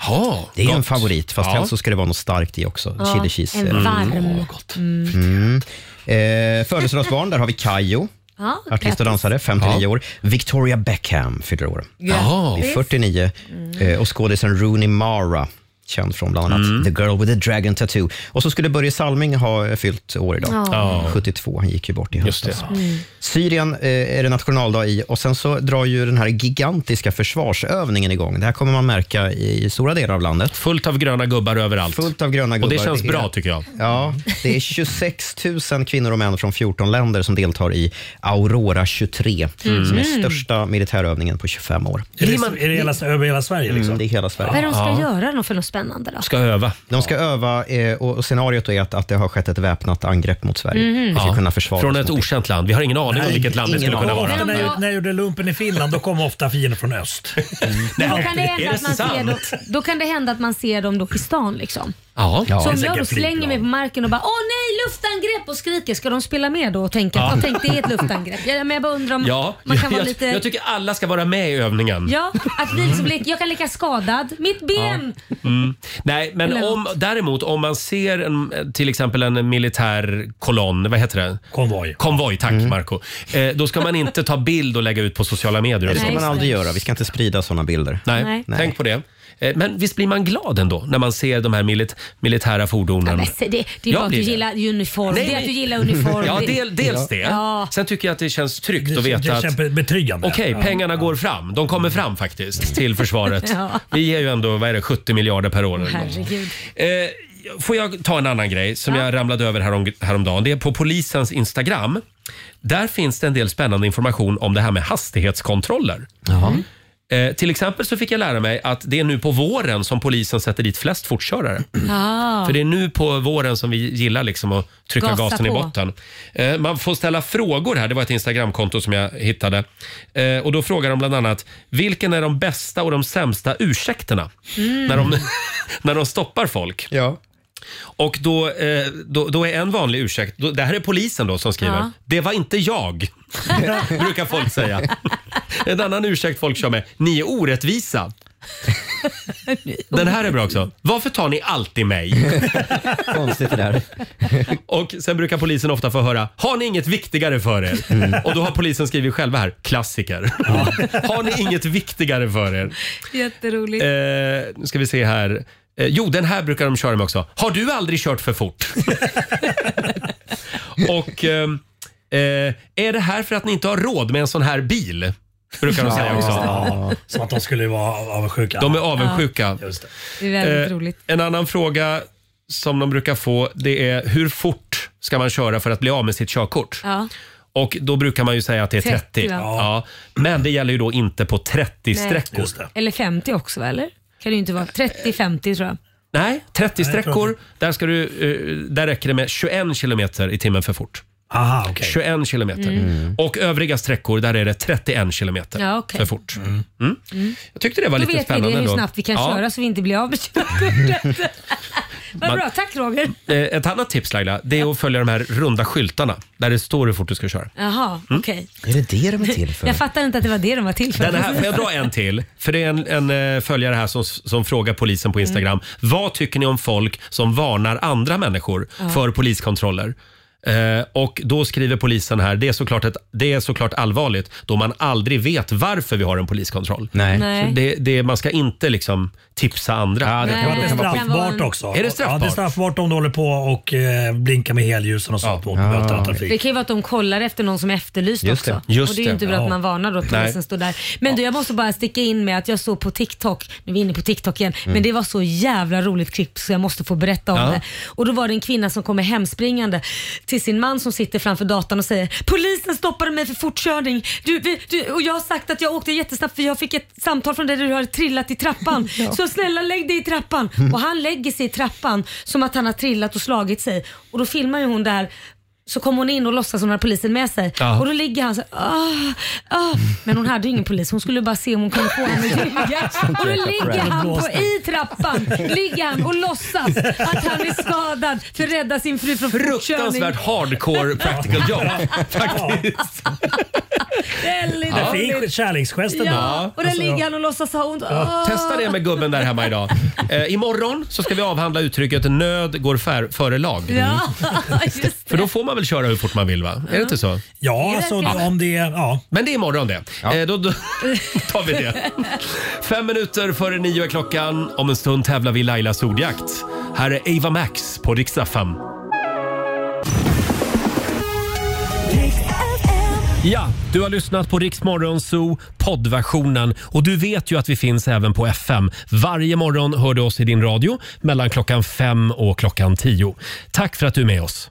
ha,
det är en favorit, fast
Ja. Mm.
Mm.
helst så ska det vara något starkt i också. Chili cheese.
en
eh,
varm. Mm.
Mm. Eh, födelsedagsbarn, där har vi Kayo.
Ja,
Artist och dansare, 59 år. Victoria Beckham fyller år.
Jaha.
I 49.
Mm.
Eh, Och skådisen Rooney Mara, känd från bland annat
Mm.
The Girl with the Dragon Tattoo. Och så skulle Börje Salming ha eh, fyllt år idag.
Ja. Ja.
72, han gick ju bort i höstas.
Mm.
Syrien eh, är det nationaldag i och sen så drar ju den här gigantiska försvarsövningen igång. Det här kommer man märka i stora delar av landet.
Fullt av gröna gubbar överallt.
Fullt av gröna
Och
gubbar.
det känns
är-
bra tycker jag.
Ja, det är 26 000 kvinnor och män från 14 länder som deltar i Aurora 23,
Mm.
som är
Mm.
största militärövningen på 25 år.
Är det, är det hela, över hela Sverige? Liksom?
Mm, det är hela Sverige.
Vad är det de ska göra då för något spännande då?
Ska
öva.
De ska öva eh, och, och scenariot är att, att det har skett ett väpnat angrepp mot Sverige.
Mhm.
Vi ska
Ja,
kunna försvara
från
oss
ett
mot det.
okänt land. Vi har ingen aning om
Nej,
vilket land det
ingen
skulle kunna
aning.
vara.
Ofta när, jag, när jag gjorde lumpen i Finland, då kom ofta fiender från öst.
Mm.
*laughs*
Då kan det hända att man ser dem, då kan det hända att man ser dem då i stan liksom.
Ja.
så om jag då slänger mig på marken och bara åh nej luftangrepp och skriker, ska de spela med då och tänka
Ja.
ja. tänk det är ett luftangrepp? Ja, men jag bara undrar om
Ja,
man kan
*laughs*
vara
jag,
lite...
jag tycker alla ska vara med i övningen.
Ja, att vi liksom leker, jag kan leka skadad, mitt ben!
Mm. Nej, men
Eller
om, däremot om man ser en, till exempel en militär kolonn, vad heter det?
Konvoj.
Konvoj, tack
Mm.
Marco. Eh, då ska man inte ta bild och lägga ut på sociala medier. och
Det ska
så.
man aldrig göra. Vi ska inte sprida sådana bilder.
Nej,
Nej.
tänk på det. Eh, Men visst blir man glad ändå när man ser de här milit- militära
Ja,
fordonen?
men se, det, det är
Jag
bara att du
blir det.
gillar uniform.
Nej,
det är
nej.
att du gillar uniform.
Ja, del, dels det.
Ja.
Sen tycker jag att det känns tryggt
Det
att
känns- det
veta att...
känns betryggande.
Okej,
Ja.
pengarna går fram. De kommer fram faktiskt till försvaret.
Ja.
Vi ger ju ändå, vad är det, 70 miljarder per år. eller något.
Herregud.
Eh, får jag ta en annan grej som jag ramlade över härom, häromdagen. Det är på polisens Instagram. Där finns det en del spännande information om det här med hastighetskontroller. Eh, till exempel så fick jag lära mig att det är nu på våren som polisen sätter dit flest fortkörare.
Ah.
För det är nu på våren som vi gillar liksom att trycka
Gasa
gasen i
på.
botten. Eh, man får ställa frågor här. Det var ett Instagramkonto som jag hittade. Eh, och Då frågar de bland annat vilken är de bästa och de sämsta ursäkterna
Mm.
när, de, *laughs* när de stoppar folk. Och då, eh, då, då är en vanlig ursäkt, då, det här är polisen då som skriver,
Ja.
det var inte jag,
Mm.
*laughs* brukar folk säga. En annan ursäkt folk kör med, ni är orättvisa. Den här är bra också. Varför tar ni alltid mig?
*laughs* Konstigt det där.
Och sen brukar polisen ofta få höra, har ni inget viktigare för er?
Mm.
Och då har polisen skrivit själva här, klassiker. *laughs* Har ni inget viktigare för er?
Jätteroligt.
Eh, nu ska vi se här. Eh, jo, den här brukar de köra med också. Har du aldrig kört för
*laughs*
fort? Och ehm, eh, är det här för att ni inte har råd med en sån här bil? Brukar de säga också.
Ja, som att de skulle vara avundsjuka.
De är avundsjuka.
Ja, just det.
Det är väldigt
Eh,
roligt.
En annan fråga som de brukar få det är hur fort ska man köra för att bli av med sitt körkort?
Ja.
Och då brukar man ju säga att det är 30.
30,
ja.
ja.
Men det gäller ju då inte på
Nej.
30-sträckor.
Eller 50 också va, eller? Kan det ju inte vara. 30-50 tror jag.
Nej,
Nej, jag tror
30-sträckor, där, ska du, eh, där räcker det med 21 kilometer i timmen för fort.
Aha, okej.
21 kilometer.
Mm.
Och övriga sträckor, där är det 31 kilometer
Ja, okej.
för fort. Mm. Jag tyckte det var
Då
lite
vet vi
spännande.
det, hur
ändå.
snabbt vi kan
Ja.
köra så vi inte blir av med körkortet. *laughs* Vad
Man-
bra, tack Roger.
Eh, Ett annat tips Laila, det är att följa de här runda skyltarna där det står hur fort du ska köra.
Jaha,
Mm.
*laughs* okej.
Är det det de
Jag fattar inte att det var det de var till för.
Den här, får jag dra en till? För det är en, en eh, följare här som, som frågar polisen på Instagram. Vad tycker ni om folk som varnar andra människor
Ja.
för poliskontroller? Eh, och då skriver polisen här, det är, såklart ett, det är såklart allvarligt då man aldrig vet varför vi har en poliskontroll.
Nej.
Nej.
Så det, det, man ska inte liksom tipsa andra.
Ja, det kan, det är straffbart också.
Är det straffbart?
Ja, det är straffbart om du håller på och eh, blinkar med helljusen och sånt mot mötande
Det
trafik.
kan ju vara att de kollar efter någon som är efterlyst
Just det.
också.
Just
och det är ju
det.
inte bra
Ja.
att man varnar då att
Nej.
polisen står där. Men du, jag måste bara sticka in med att jag såg på TikTok, nu är vi inne på TikTok igen,
Mm.
men det var så jävla roligt klipp så jag måste få berätta om
Ja.
det. Och då var det en kvinna som kommer hemspringande till sin man som sitter framför datorn och säger “Polisen stoppade mig för fortkörning du, vi, du, och jag har sagt att jag åkte jättesnabbt för jag fick ett samtal från dig där du har trillat i
*laughs*
trappan.
Ja.
Så snälla lägg dig i trappan”
Mm.
och han lägger sig i trappan som att han har trillat och slagit sig. Och då filmar ju hon där så kom hon in och låtsas hon hade polisen med sig.
Ja.
Och då ligger han så här, ah, ah. Men hon hade ju ingen polis, hon skulle bara se om hon kunde få henne att ligga. Och då ligger han på, i trappan ligger han och låtsas att han är skadad för att rädda sin fru från fortkörning.
Fruktansvärt hardcore practical joke.
Väldigt
Ja,
Ja. Fin kärleksgest ändå.
Ja, och där
Alltså, ja.
ligger han och låtsas ha ont. Ah.
Ja.
Åh.
Testa det med gubben där hemma idag. Eh, imorgon så ska vi avhandla uttrycket nöd går fär, före lag.
*laughs*
Mm.
Ja, just det.
För då får man väl köra hur fort man vill va? Är det inte så?
Ja, alltså, om det är... Ja.
Men det är imorgon det. Eh, då, *laughs* då tar vi det. Fem minuter före nio är klockan. Om en stund tävlar vi i Lailas ordjakt. Här är Ava Max på riksdag fem. Ja, du har lyssnat på Riksmorgon Zoo poddversionen och du vet ju att vi finns även på FM. Varje morgon hör du oss i din radio mellan klockan fem och klockan tio. Tack för att du är med oss.